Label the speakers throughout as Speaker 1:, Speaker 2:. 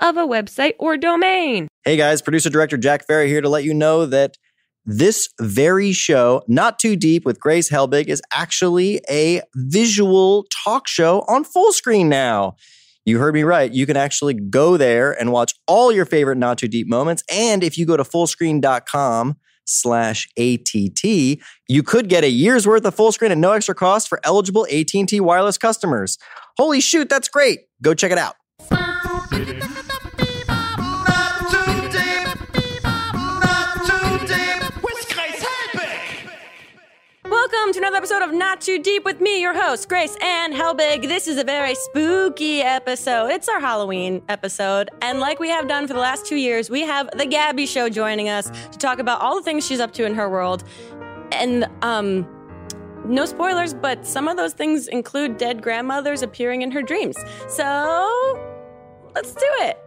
Speaker 1: of a website or domain.
Speaker 2: Hey guys, producer director Jack Ferry here to let you know that this very show, Not Too Deep with Grace Helbig, is actually a visual talk show on full screen now. You heard me right. You can actually go there and watch all your favorite Not Too Deep moments. And if you go to fullscreen.com, slash ATT. You could get a year's worth of full screen at no extra cost for eligible AT&T wireless customers. Holy shoot, that's great. Go check it out.
Speaker 1: Welcome to another episode of Not Too Deep with me, your host, Grace Ann Helbig. This is a very spooky episode. It's our Halloween episode. And like we have done for the last two years, we have The Gabby Show joining us to talk about all the things she's up to in her world. And, um, no spoilers, but some of those things include dead grandmothers appearing in her dreams. So, let's do it.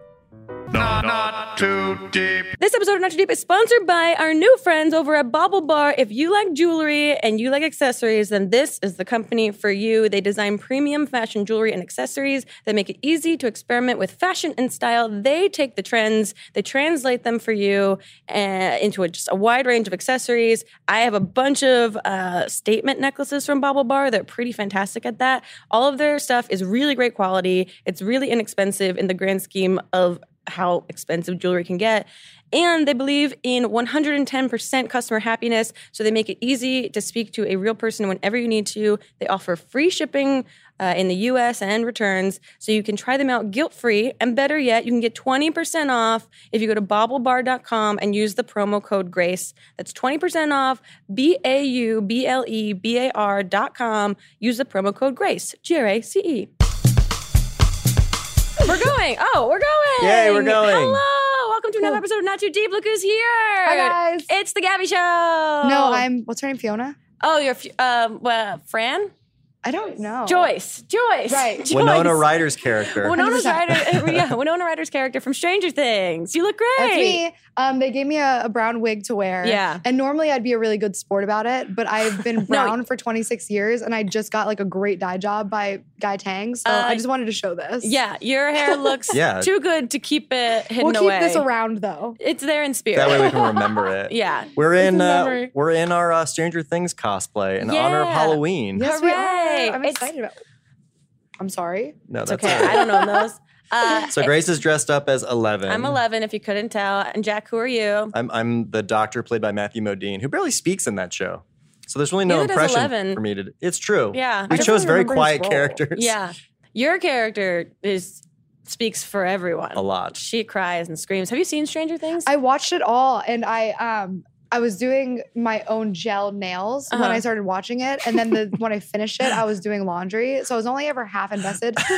Speaker 3: Not, not too deep.
Speaker 1: This episode of Not Too Deep is sponsored by our new friends over at Bobble Bar. If you like jewelry and you like accessories, then this is the company for you. They design premium fashion jewelry and accessories that make it easy to experiment with fashion and style. They take the trends, they translate them for you uh, into a, just a wide range of accessories. I have a bunch of uh, statement necklaces from Bobble Bar. They're pretty fantastic at that. All of their stuff is really great quality. It's really inexpensive in the grand scheme of how expensive jewelry can get. And they believe in 110% customer happiness. So they make it easy to speak to a real person whenever you need to. They offer free shipping uh, in the US and returns. So you can try them out guilt free. And better yet, you can get 20% off if you go to bobblebar.com and use the promo code GRACE. That's 20% off B A U B L E B A R.com. Use the promo code GRACE, G R A C E. We're going. Oh, we're going.
Speaker 2: Yay, we're going.
Speaker 1: Hello. Welcome to another
Speaker 4: Cool.
Speaker 1: episode of Not Too Deep. Look who's here.
Speaker 4: Hi, guys.
Speaker 1: It's the Gabby Show.
Speaker 4: No,
Speaker 1: No,
Speaker 4: I'm. What's her name? Fiona.
Speaker 1: Oh, you're f- um, well, Fran?
Speaker 4: I don't know.
Speaker 1: Joyce. Joyce.
Speaker 4: Oh. Right.
Speaker 1: Joyce.
Speaker 2: Winona Ryder's character.
Speaker 1: Winona's
Speaker 4: 100%.
Speaker 1: Ryder, yeah, Winona Ryder's character from Stranger Things. You look great.
Speaker 4: That's me. Um, they gave me a, a brown wig to wear.
Speaker 1: Yeah.
Speaker 4: And normally I'd be a really good sport about it, but I've been brown for 26 years, and I just got like a great dye job by Guy Tang. So
Speaker 1: Uh,
Speaker 4: I just wanted to show this.
Speaker 1: Yeah, your hair looks
Speaker 2: Yeah.
Speaker 1: too good to keep it hidden
Speaker 4: We'll keep
Speaker 1: away.
Speaker 4: this around though.
Speaker 1: It's there in spirit.
Speaker 2: that way we can remember it.
Speaker 1: yeah.
Speaker 2: We're in uh,
Speaker 4: memory.
Speaker 2: we're in our uh, Stranger Things cosplay in honor of
Speaker 1: Yeah.
Speaker 2: Halloween.
Speaker 1: Yeah.
Speaker 4: Yes, we
Speaker 1: Hooray.
Speaker 4: are. I'm
Speaker 1: It's-
Speaker 4: excited about. I'm sorry.
Speaker 2: No,
Speaker 1: It's
Speaker 2: that's
Speaker 1: okay.
Speaker 2: all
Speaker 1: I
Speaker 2: right.
Speaker 1: don't own those. Uh,
Speaker 2: So Grace is dressed up as Eleven.
Speaker 1: I'm 11, if you couldn't tell. And Jack, who are you?
Speaker 2: I'm I'm the doctor played by Matthew Modine, who barely speaks in that show. So there's really no
Speaker 1: Neither does
Speaker 2: impression
Speaker 1: 11.
Speaker 2: for me to. It's true.
Speaker 1: Yeah.
Speaker 2: we
Speaker 4: I don't
Speaker 2: chose
Speaker 4: really
Speaker 2: very
Speaker 4: remember his
Speaker 2: quiet
Speaker 4: role.
Speaker 2: characters.
Speaker 1: Yeah. Your character is speaks for everyone.
Speaker 2: a lot.
Speaker 1: She cries and screams. Have you seen Stranger Things?
Speaker 4: I watched it all, and I um I was doing my own gel nails when
Speaker 1: Uh-huh.
Speaker 4: I started watching it, and then the, when I finished it, I was doing laundry, so I was only ever half invested. but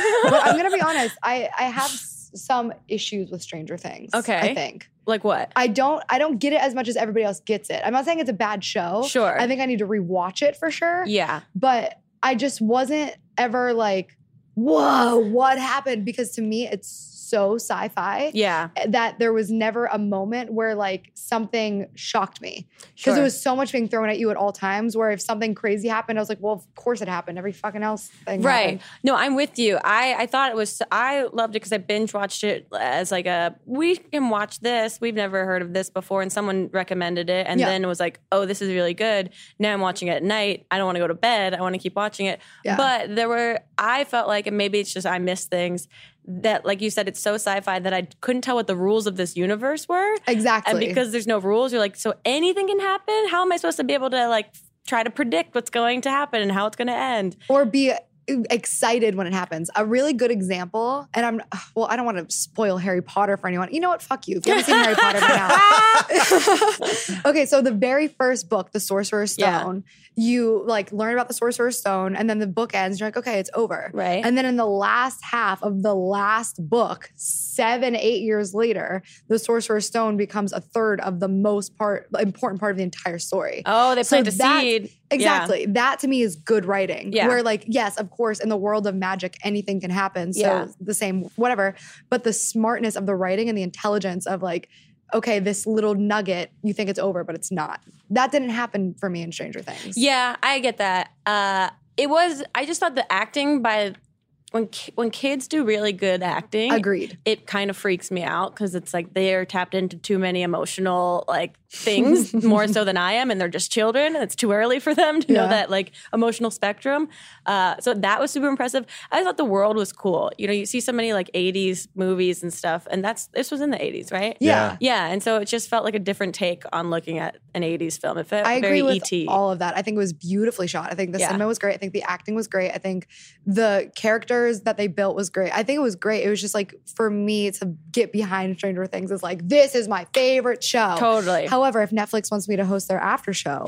Speaker 4: I'm gonna be honest, I I have s- some issues with Stranger Things.
Speaker 1: Okay.
Speaker 4: I think
Speaker 1: like what?
Speaker 4: I don't I don't get it as much as everybody else gets it. I'm not saying it's a bad show.
Speaker 1: Sure.
Speaker 4: I think I need to rewatch it for sure.
Speaker 1: yeah.
Speaker 4: But I just wasn't ever like, whoa, what happened? Because to me, it's so sci-fi
Speaker 1: Yeah.
Speaker 4: that there was never a moment where like something shocked me because
Speaker 1: Sure.
Speaker 4: there was so much being thrown at you at all times. Where if something crazy happened, I was like, well, of course it happened. Every fucking else thing,
Speaker 1: Right.
Speaker 4: happened.
Speaker 1: No, I'm with you. I, I thought it was, I loved it because I binge watched it as like a, we can watch this. We've never heard of this before. And someone recommended it and
Speaker 4: Yeah.
Speaker 1: then was like, oh, this is really good. Now I'm watching it at night. I don't want to go to bed. I want to keep watching it.
Speaker 4: Yeah.
Speaker 1: But there were, I felt like, and maybe it's just I miss things that, like you said, it's so sci fi that I couldn't tell what the rules of this universe were.
Speaker 4: Exactly.
Speaker 1: And because there's no rules, you're like, so anything can happen. How am I supposed to be able to like try to predict what's going to happen and how it's going to end?
Speaker 4: or be uh, excited when it happens. A really good example, and I'm well, I don't want to spoil Harry Potter for anyone. You know what? Fuck you. If you haven't seen Harry Potter by now. okay, so the very first book, The Sorcerer's
Speaker 1: Yeah.
Speaker 4: Stone, you like learn about the Sorcerer's Stone, and then the book ends. You're like, okay, it's over.
Speaker 1: Right.
Speaker 4: And then in the last half of the last book, seven, eight years later, the Sorcerer's Stone becomes a third of the most part important part of the entire story.
Speaker 1: oh, they
Speaker 4: So
Speaker 1: planted a
Speaker 4: that's-
Speaker 1: seed.
Speaker 4: Exactly. That to me is good writing.
Speaker 1: Yeah.
Speaker 4: Where, like, yes, of course, in the world of magic, anything can happen. So
Speaker 1: Yeah.
Speaker 4: the same, whatever. But the smartness of the writing and the intelligence of, like, okay, this little nugget, you think it's over, but it's not. That didn't happen for me in Stranger Things.
Speaker 1: Yeah, I get that. Uh, it was. I just thought the acting by when ki- when kids do really good acting,
Speaker 4: Agreed.
Speaker 1: it kind of freaks me out because it's like they're tapped into too many emotional like things more so than I am, and they're just children, and it's too early for them to know
Speaker 4: Yeah.
Speaker 1: that like emotional spectrum. Uh, so that was super impressive. I thought the world was cool. You know, you see so many like '80s movies and stuff, and that's this was in the '80s, right?
Speaker 4: Yeah.
Speaker 1: Yeah, and so it just felt like a different take on looking at an '80s film. It felt
Speaker 4: I
Speaker 1: very E
Speaker 4: agree with
Speaker 1: ET.
Speaker 4: all of that. I think it was beautifully shot. I think the
Speaker 1: Yeah.
Speaker 4: cinema was great. I think the acting was great. I think the characters that they built was great. I think it was great. It was just like for me to get behind Stranger Things is like this is my favorite show.
Speaker 1: Totally.
Speaker 4: However, if Netflix wants me to host their after show,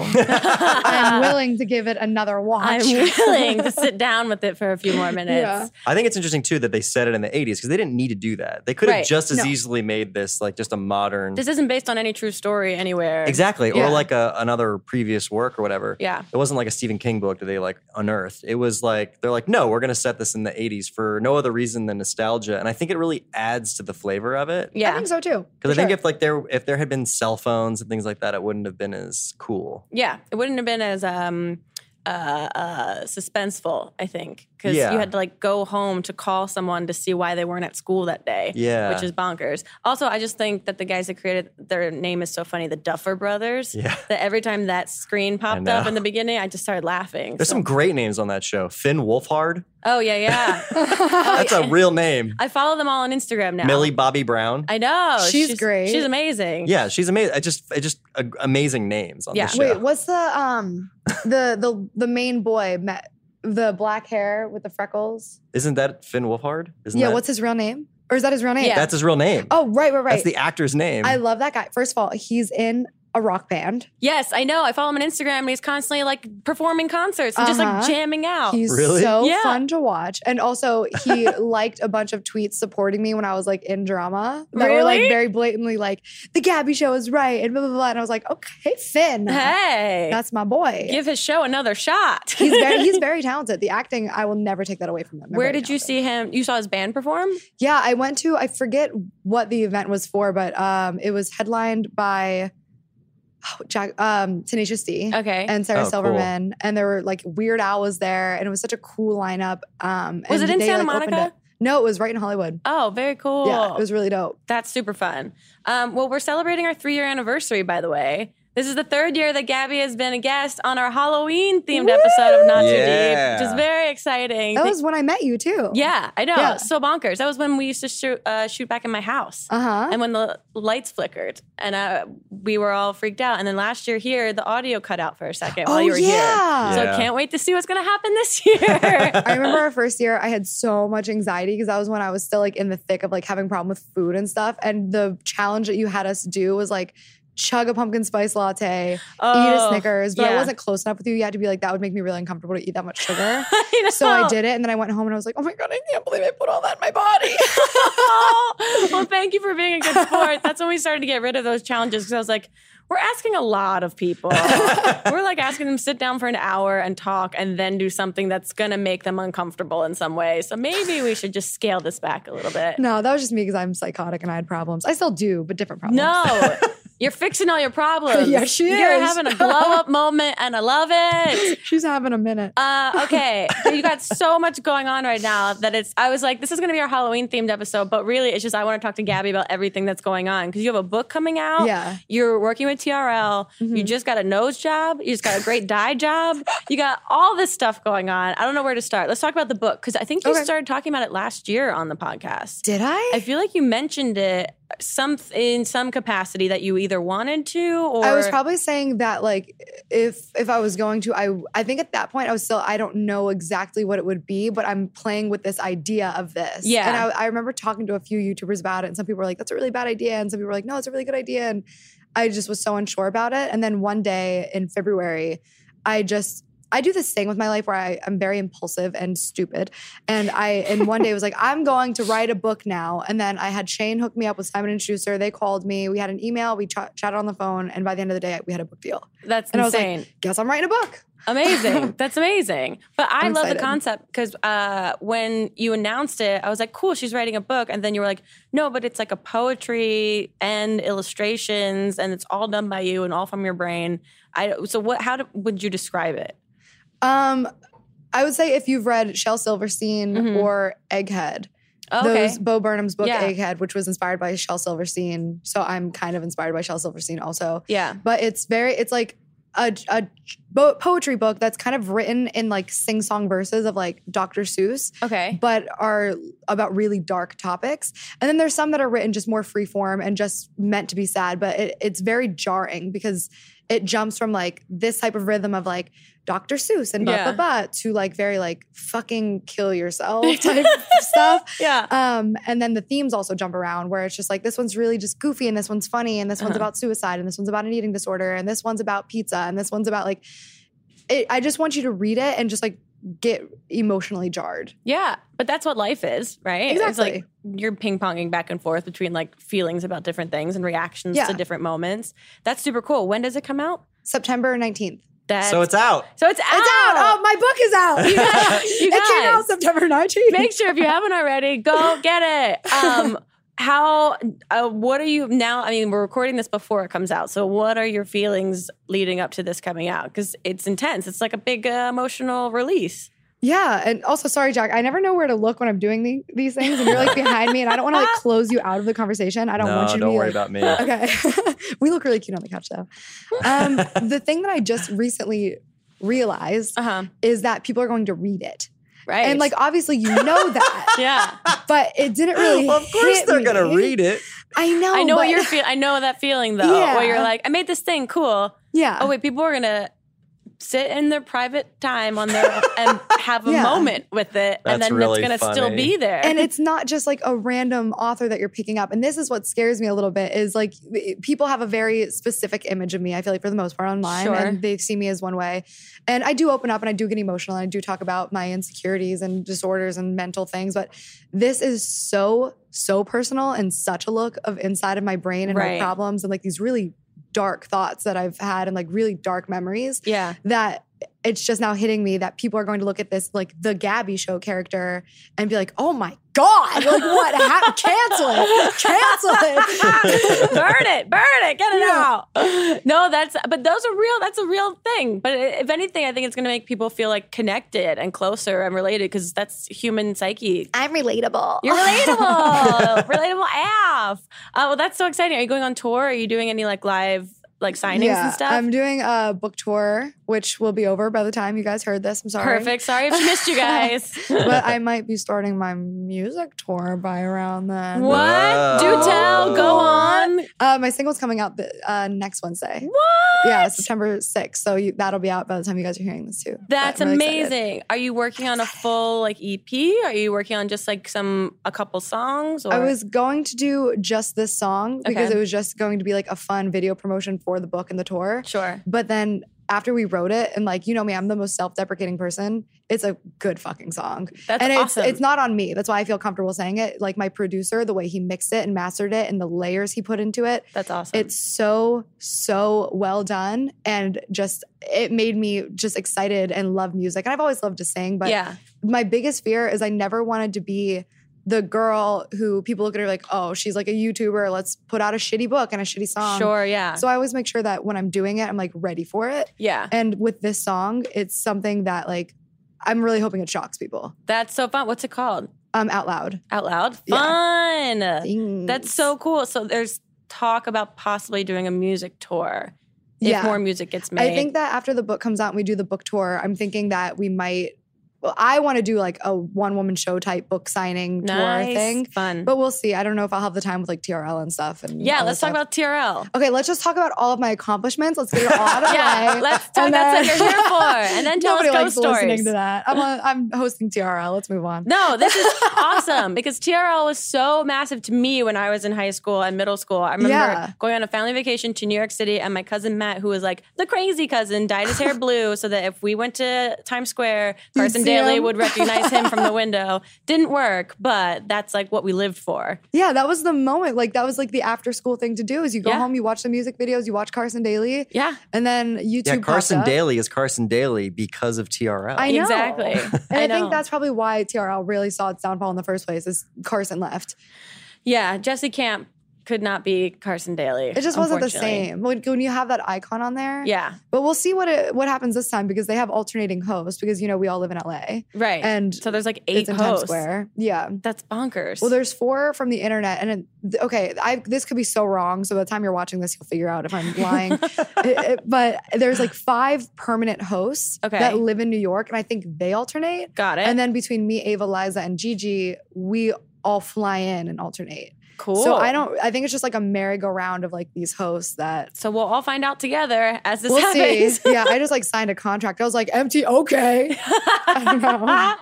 Speaker 4: I'm willing to give it another watch.
Speaker 1: I'm willing to sit down with it for a few more minutes.
Speaker 4: Yeah.
Speaker 2: I think it's interesting too that they said it in the 80s because they didn't need to do that. They could have
Speaker 1: Right.
Speaker 2: just as
Speaker 4: No.
Speaker 2: easily made this like just a modern.
Speaker 1: This isn't based on any true story anywhere.
Speaker 2: exactly.
Speaker 4: Yeah.
Speaker 2: Or like a, another previous work or whatever.
Speaker 1: Yeah.
Speaker 2: It wasn't like a Stephen King book that they like unearthed. It was like, they're like, no, we're going to set this in the 80s for no other reason than nostalgia. And I think it really adds to the flavor of it.
Speaker 4: I
Speaker 1: Yeah.
Speaker 4: think so too.
Speaker 2: Because I
Speaker 4: For
Speaker 2: think
Speaker 4: sure.
Speaker 2: if like there if there had been cell phones and things like that, it wouldn't have been as cool.
Speaker 1: Yeah. It wouldn't have been as um uh, uh suspenseful, I think. Because
Speaker 2: Yeah.
Speaker 1: you had to like go home to call someone to see why they weren't at school that day.
Speaker 2: Yeah.
Speaker 1: Which is bonkers. Also, I just think that the guys that created their name is so funny, the Duffer brothers.
Speaker 2: Yeah.
Speaker 1: That every time that screen popped up
Speaker 2: know.
Speaker 1: in the beginning, I just started laughing.
Speaker 2: There's
Speaker 1: So-
Speaker 2: some great names on that show. Finn Wolfhard.
Speaker 1: oh yeah, yeah. Oh,
Speaker 2: That's
Speaker 1: yeah.
Speaker 2: a real name.
Speaker 1: I follow them all on Instagram now.
Speaker 2: Millie Bobby Brown.
Speaker 1: I know.
Speaker 4: She's great.
Speaker 1: She's amazing.
Speaker 2: yeah, she's amazing. I just I just a, amazing names on
Speaker 1: Yeah.
Speaker 2: the show.
Speaker 4: Wait, what's the um the the the main boy met the black hair with the freckles?
Speaker 2: Isn't that Finn Wolfhard? Isn't
Speaker 4: yeah,
Speaker 2: that,
Speaker 4: what's his real name? Or is that his real name?
Speaker 1: Yeah.
Speaker 2: that's his real name.
Speaker 4: Oh, right, right, right.
Speaker 2: That's the actor's name.
Speaker 4: I love that guy. First of all, he's in a rock band.
Speaker 1: Yes, I know. I follow him on Instagram and he's constantly like performing concerts and just like
Speaker 4: Uh-huh.
Speaker 1: jamming out.
Speaker 4: He's
Speaker 2: Really?
Speaker 4: so
Speaker 1: Oh. Yeah.
Speaker 4: fun to watch. And also, he liked a bunch of tweets supporting me when I was like in drama that were
Speaker 1: Really?
Speaker 4: like very blatantly like, the Gabby show is right and blah, blah, blah. And I was like, okay, Finn.
Speaker 1: hey,
Speaker 4: That's my boy.
Speaker 1: give his show another shot.
Speaker 4: he's very he's very talented. The acting, I will never take that away from him. They're
Speaker 1: Where
Speaker 4: very
Speaker 1: did you
Speaker 4: talented.
Speaker 1: see him? You saw his band perform?
Speaker 4: Yeah, I went to I forget what the event was for, but um it was headlined by oh, Jack um Tenacious D.
Speaker 1: Okay.
Speaker 4: and Sarah
Speaker 2: Oh, cool.
Speaker 4: Silverman, and there were like Weird Al was there, and it was such a cool lineup. Um,
Speaker 1: Was
Speaker 4: and
Speaker 1: it in
Speaker 4: they,
Speaker 1: Santa
Speaker 4: like, opened
Speaker 1: Monica?
Speaker 4: it- No, it was right in Hollywood.
Speaker 1: oh, very cool.
Speaker 4: Yeah, it was really dope.
Speaker 1: That's super fun. Um, well, we're celebrating our three year anniversary, by the way. This is the third year that Gabby has been a guest on our Halloween themed episode of Not
Speaker 2: Yeah.
Speaker 1: Too Deep, which is very exciting.
Speaker 4: That was when I met you too.
Speaker 1: yeah, I know.
Speaker 4: Yeah.
Speaker 1: So bonkers. That was when we used to shoot, uh, shoot back in my house.
Speaker 4: Uh huh.
Speaker 1: and when the lights flickered and uh, we were all freaked out and then last year here the audio cut out for a second while
Speaker 4: Oh,
Speaker 1: you were
Speaker 4: yeah.
Speaker 1: here so
Speaker 2: Yeah.
Speaker 1: can't wait to see what's going to happen this year
Speaker 4: I remember our first year, I had so much anxiety because that was when I was still like in the thick of like having problem with food and stuff. And the challenge that you had us do was like chug a pumpkin spice latte, eat a
Speaker 1: Oh,
Speaker 4: Snickers. But
Speaker 1: yeah.
Speaker 4: I wasn't close enough with you yet to be like, that would make me really uncomfortable to eat that much sugar.
Speaker 1: I know.
Speaker 4: so I did it. And then I went home and I was like, oh my God, I can't believe I put all that in my body.
Speaker 1: well thank you for being a good sport that's when we started to get rid of those challenges because i was like we're asking a lot of people we're like asking them to sit down for an hour and talk and then do something that's going to make them uncomfortable in some way so maybe we should just scale this back a little bit
Speaker 4: No, that was just me because I'm psychotic and I had problems. I still do, but different problems.
Speaker 1: No. You're fixing all your problems.
Speaker 4: Yeah, she
Speaker 1: You're
Speaker 4: is.
Speaker 1: having a glow up moment, and I love it.
Speaker 4: She's having a minute.
Speaker 1: Uh, okay, so you got so much going on right now that it's. I was like, this is going to be our Halloween themed episode, but really, it's just I want to talk to Gabby about everything that's going on because you have a book coming out.
Speaker 4: Yeah. Mm-hmm.
Speaker 1: you're working with TRL. You just got a nose job. You just got a great dye job. You got all this stuff going on. I don't know where to start. Let's talk about the book because I think you
Speaker 4: Okay.
Speaker 1: started talking about it last year on the podcast.
Speaker 4: Did I?
Speaker 1: I feel like you mentioned it some in some capacity that you either wanted to or
Speaker 4: I was probably saying that like if if I was going to I I think at that point I was still I don't know exactly what it would be but I'm playing with this idea of this
Speaker 1: Yeah.
Speaker 4: and I, I remember talking to a few YouTubers about it and some people were like that's a really bad idea and some people were like no it's a really good idea and I just was so unsure about it and then one day in February I just I do this thing with my life where I, I'm very impulsive and stupid. And I and one day was like, I'm going to write a book now. And then I had Shane hook me up with Simon and Schuster. They called me. We had an email. We ch- chatted on the phone. And by the end of the day, we had a book deal.
Speaker 1: that's
Speaker 4: And I was like,
Speaker 1: insane.
Speaker 4: Guess I'm writing a book.
Speaker 1: Amazing. That's amazing. But I
Speaker 4: I'm
Speaker 1: love the
Speaker 4: excited.
Speaker 1: concept because uh, when you announced it, I was like, cool, she's writing a book. And then you were like, no, but it's like a poetry and illustrations, and it's all done by you and all from your brain. I, so, what? how do, would you describe it?
Speaker 4: Um, I would say if you've read Shel Silverstein
Speaker 1: Mhm.
Speaker 4: or Egghead,
Speaker 1: Oh, Okay.
Speaker 4: those Bo Burnham's book
Speaker 1: Yeah.
Speaker 4: Egghead, which was inspired by Shel Silverstein. So I'm kind of inspired by Shel Silverstein also.
Speaker 1: yeah.
Speaker 4: but it's very it's like a, a bo- poetry book that's kind of written in like sing song verses of like Dr. Seuss,
Speaker 1: Okay.
Speaker 4: but are about really dark topics. And then there's some that are written just more free form and just meant to be sad, but it, it's very jarring because it jumps from like this type of rhythm of like Dr. Seuss and blah,
Speaker 1: Yeah.
Speaker 4: blah, blah to like very like fucking kill yourself type stuff.
Speaker 1: yeah.
Speaker 4: Um, and then the themes also jump around where it's just like this one's really just goofy and this one's funny and this one's
Speaker 1: Uh-huh.
Speaker 4: about suicide and this one's about an eating disorder and this one's about pizza and this one's about like it, I just want you to read it and just like get emotionally jarred.
Speaker 1: Yeah, but that's what life is, right? It's
Speaker 4: Exactly.
Speaker 1: like you're ping ponging back and forth between like feelings about different things and reactions
Speaker 4: Yeah.
Speaker 1: to different moments. That's super cool. When does it come out?
Speaker 4: September 19th.
Speaker 1: That's,
Speaker 2: so it's out.
Speaker 1: so it's out.
Speaker 4: It's out. Oh, my book is out.
Speaker 2: You
Speaker 1: guys- you
Speaker 4: it came
Speaker 1: guys.
Speaker 4: out September 19th.
Speaker 1: Make sure if you haven't already, go get it. Um, how? Uh, what are you now? I mean, we're recording this before it comes out. So what are your feelings leading up to this coming out? Because it's intense. It's like a big uh, emotional release.
Speaker 4: Yeah, and also sorry, Jack. I never know where to look when I'm doing the, these things, and you're like behind me, and I don't want to like close you out of the conversation. I don't
Speaker 2: no,
Speaker 4: want you to
Speaker 2: don't
Speaker 4: be
Speaker 2: worry
Speaker 4: like,
Speaker 2: about me.
Speaker 4: okay. we look really cute on the couch though. Um, the thing that I just recently realized
Speaker 1: Uh huh.
Speaker 4: is that people are going to read it.
Speaker 1: Right.
Speaker 4: Uh-huh. And like obviously you know that,
Speaker 1: yeah.
Speaker 4: but it didn't really
Speaker 2: well, of course
Speaker 4: hit
Speaker 2: they're
Speaker 4: me.
Speaker 2: gonna read it.
Speaker 4: I know.
Speaker 1: I know
Speaker 4: but-
Speaker 1: what you're feeling. I know that feeling though, where you're
Speaker 4: Yeah.
Speaker 1: like, I made this thing cool.
Speaker 4: Yeah.
Speaker 1: Oh wait, people are gonna sit in their private time on their and have a
Speaker 4: Yeah.
Speaker 1: moment with it, and
Speaker 2: That's
Speaker 1: then
Speaker 2: really
Speaker 1: it's gonna still
Speaker 2: funny.
Speaker 1: be there.
Speaker 4: and it's not just like a random author that you're picking up. And this is what scares me a little bit is like people have a very specific image of me, I feel like for the most part online.
Speaker 1: Sure.
Speaker 4: And they see me as one way. And I do open up and I do get emotional and I do talk about my insecurities and disorders and mental things. But this is so, so personal and such a look of inside of my brain and
Speaker 1: Right.
Speaker 4: my problems and like these really dark thoughts that I've had and like really dark memories
Speaker 1: yeah,
Speaker 4: that it's just now hitting me that people are going to look at this like the Gabby show character and be like, "Oh my god, like what happened? Cancel it, cancel it."
Speaker 1: burn it, burn it, get it
Speaker 4: Yeah.
Speaker 1: out. No, that's but those are real. That's a real thing. But i- if anything, I think it's gonna make people feel like connected and closer and related because that's human psyche.
Speaker 4: I'm relatable.
Speaker 1: You're relatable, relatable AF. Uh, well, that's so exciting. Are you going on tour? Are you doing any like live like signings and stuff?
Speaker 4: I'm doing a book tour, which will be over by the time you guys heard this. I'm sorry.
Speaker 1: Perfect. Sorry if I missed you guys.
Speaker 4: But I might be starting my music tour by around then.
Speaker 1: What? Do tell. Go on.
Speaker 4: Uh, my single's coming out the, uh, next Wednesday.
Speaker 1: What?
Speaker 4: Yeah, September 6th. So you, that'll be out by the time you guys are hearing this too. But
Speaker 1: That's
Speaker 4: I'm really excited.
Speaker 1: amazing. Are you working on a full like EP? Are you working on just like some a couple songs? Or?
Speaker 4: I was going to do just this song because
Speaker 1: Okay.
Speaker 4: it was just going to be like a fun video promotion for the book and the tour.
Speaker 1: sure.
Speaker 4: But then after we wrote it, and like you know me, I'm the most self-deprecating person. It's a good fucking song,
Speaker 1: That's
Speaker 4: and
Speaker 1: awesome.
Speaker 4: it's it's not on me. That's why I feel comfortable saying it. Like my producer, the way he mixed it and mastered it, and the layers he put into it,
Speaker 1: That's awesome.
Speaker 4: it's so so well done, and just it made me just excited and love music. And I've always loved to sing, but
Speaker 1: yeah.
Speaker 4: my biggest fear is I never wanted to be the girl who people look at her like, oh, she's like a YouTuber. Let's put out a shitty book and a shitty song.
Speaker 1: Sure. Yeah.
Speaker 4: um, So I always make sure that when I'm doing it, I'm like ready for it.
Speaker 1: yeah.
Speaker 4: And with this song, it's something that like I'm really hoping it shocks people.
Speaker 1: That's so fun. What's it called?
Speaker 4: Um, out loud.
Speaker 1: Out loud.
Speaker 4: Yeah.
Speaker 1: Fun. That's
Speaker 4: Things.
Speaker 1: so cool. So there's talk about possibly doing a music tour if
Speaker 4: Yeah.
Speaker 1: more music gets made.
Speaker 4: I think that after the book comes out and we do the book tour, I'm thinking that we might well, I want to do like a one woman show type book signing tour
Speaker 1: Nice.
Speaker 4: thing.
Speaker 1: Fun.
Speaker 4: But we'll see. I don't know if I'll have the time with like TRL and stuff. And
Speaker 1: yeah,
Speaker 4: all
Speaker 1: let's
Speaker 4: that
Speaker 1: talk
Speaker 4: stuff.
Speaker 1: about TRL.
Speaker 4: Okay, let's just talk about all of my accomplishments. Let's get it all out of the
Speaker 1: Yeah,
Speaker 4: way.
Speaker 1: let's talk.
Speaker 4: And
Speaker 1: That's
Speaker 4: then-
Speaker 1: what you're here for. And then tell
Speaker 4: Nobody
Speaker 1: us ghost
Speaker 4: likes
Speaker 1: stories.
Speaker 4: listening to that. I'm on, I'm hosting TRL. Let's move on.
Speaker 1: No, this is awesome because TRL was so massive to me when I was in high school and middle school. I remember
Speaker 4: Yeah.
Speaker 1: going on a family vacation to New York City, and my cousin Matt, who was like the crazy cousin, dyed his hair blue so that if we went to Times Square,
Speaker 4: You'd
Speaker 1: Carson
Speaker 4: see
Speaker 1: Daly
Speaker 4: him.
Speaker 1: would recognize him from the window. Didn't work, but that's like what we lived for.
Speaker 4: Yeah, that was the moment. Like that was like the after school thing to do is you go
Speaker 1: Yeah.
Speaker 4: home, you watch the music videos, you watch Carson Daly,
Speaker 1: Yeah,
Speaker 4: and then YouTube.
Speaker 2: Yeah,
Speaker 4: popped
Speaker 2: Carson
Speaker 4: up.
Speaker 2: Daly is Carson Daly because of TRL.
Speaker 4: I know
Speaker 1: Exactly.
Speaker 4: And I,
Speaker 1: I
Speaker 4: think
Speaker 1: know.
Speaker 4: that's probably why TRL really saw its downfall in the first place. Is Carson left?
Speaker 1: yeah. Jesse Camp could not be Carson Daly.
Speaker 4: It just wasn't the
Speaker 1: unfortunately.
Speaker 4: same when, when you have that icon on there.
Speaker 1: Yeah,
Speaker 4: But we'll see what it, what happens this time because they have alternating hosts because you know we all live in LA
Speaker 1: right.
Speaker 4: and
Speaker 1: so there's like eight
Speaker 4: it's in Times
Speaker 1: hosts.
Speaker 4: Square. Yeah.
Speaker 1: That's bonkers.
Speaker 4: Well, there's four from the internet, and it, th- okay, I this could be so wrong. So by the time you're watching this, you'll figure out if I'm lying. It- it- but there's like five permanent hosts
Speaker 1: Okay. Eh.
Speaker 4: that live in New York, and I think they alternate.
Speaker 1: Got it.
Speaker 4: And then between me, Ava, Liza, and Gigi, we all fly in and alternate.
Speaker 1: cool.
Speaker 4: So I don't. I think it's just like a merry-go-round of like these hosts that.
Speaker 1: So we'll all find out together as this
Speaker 4: We'll
Speaker 1: happens.
Speaker 4: see. Yeah, I just like signed a contract. I was like, empty, okay. don't
Speaker 1: know.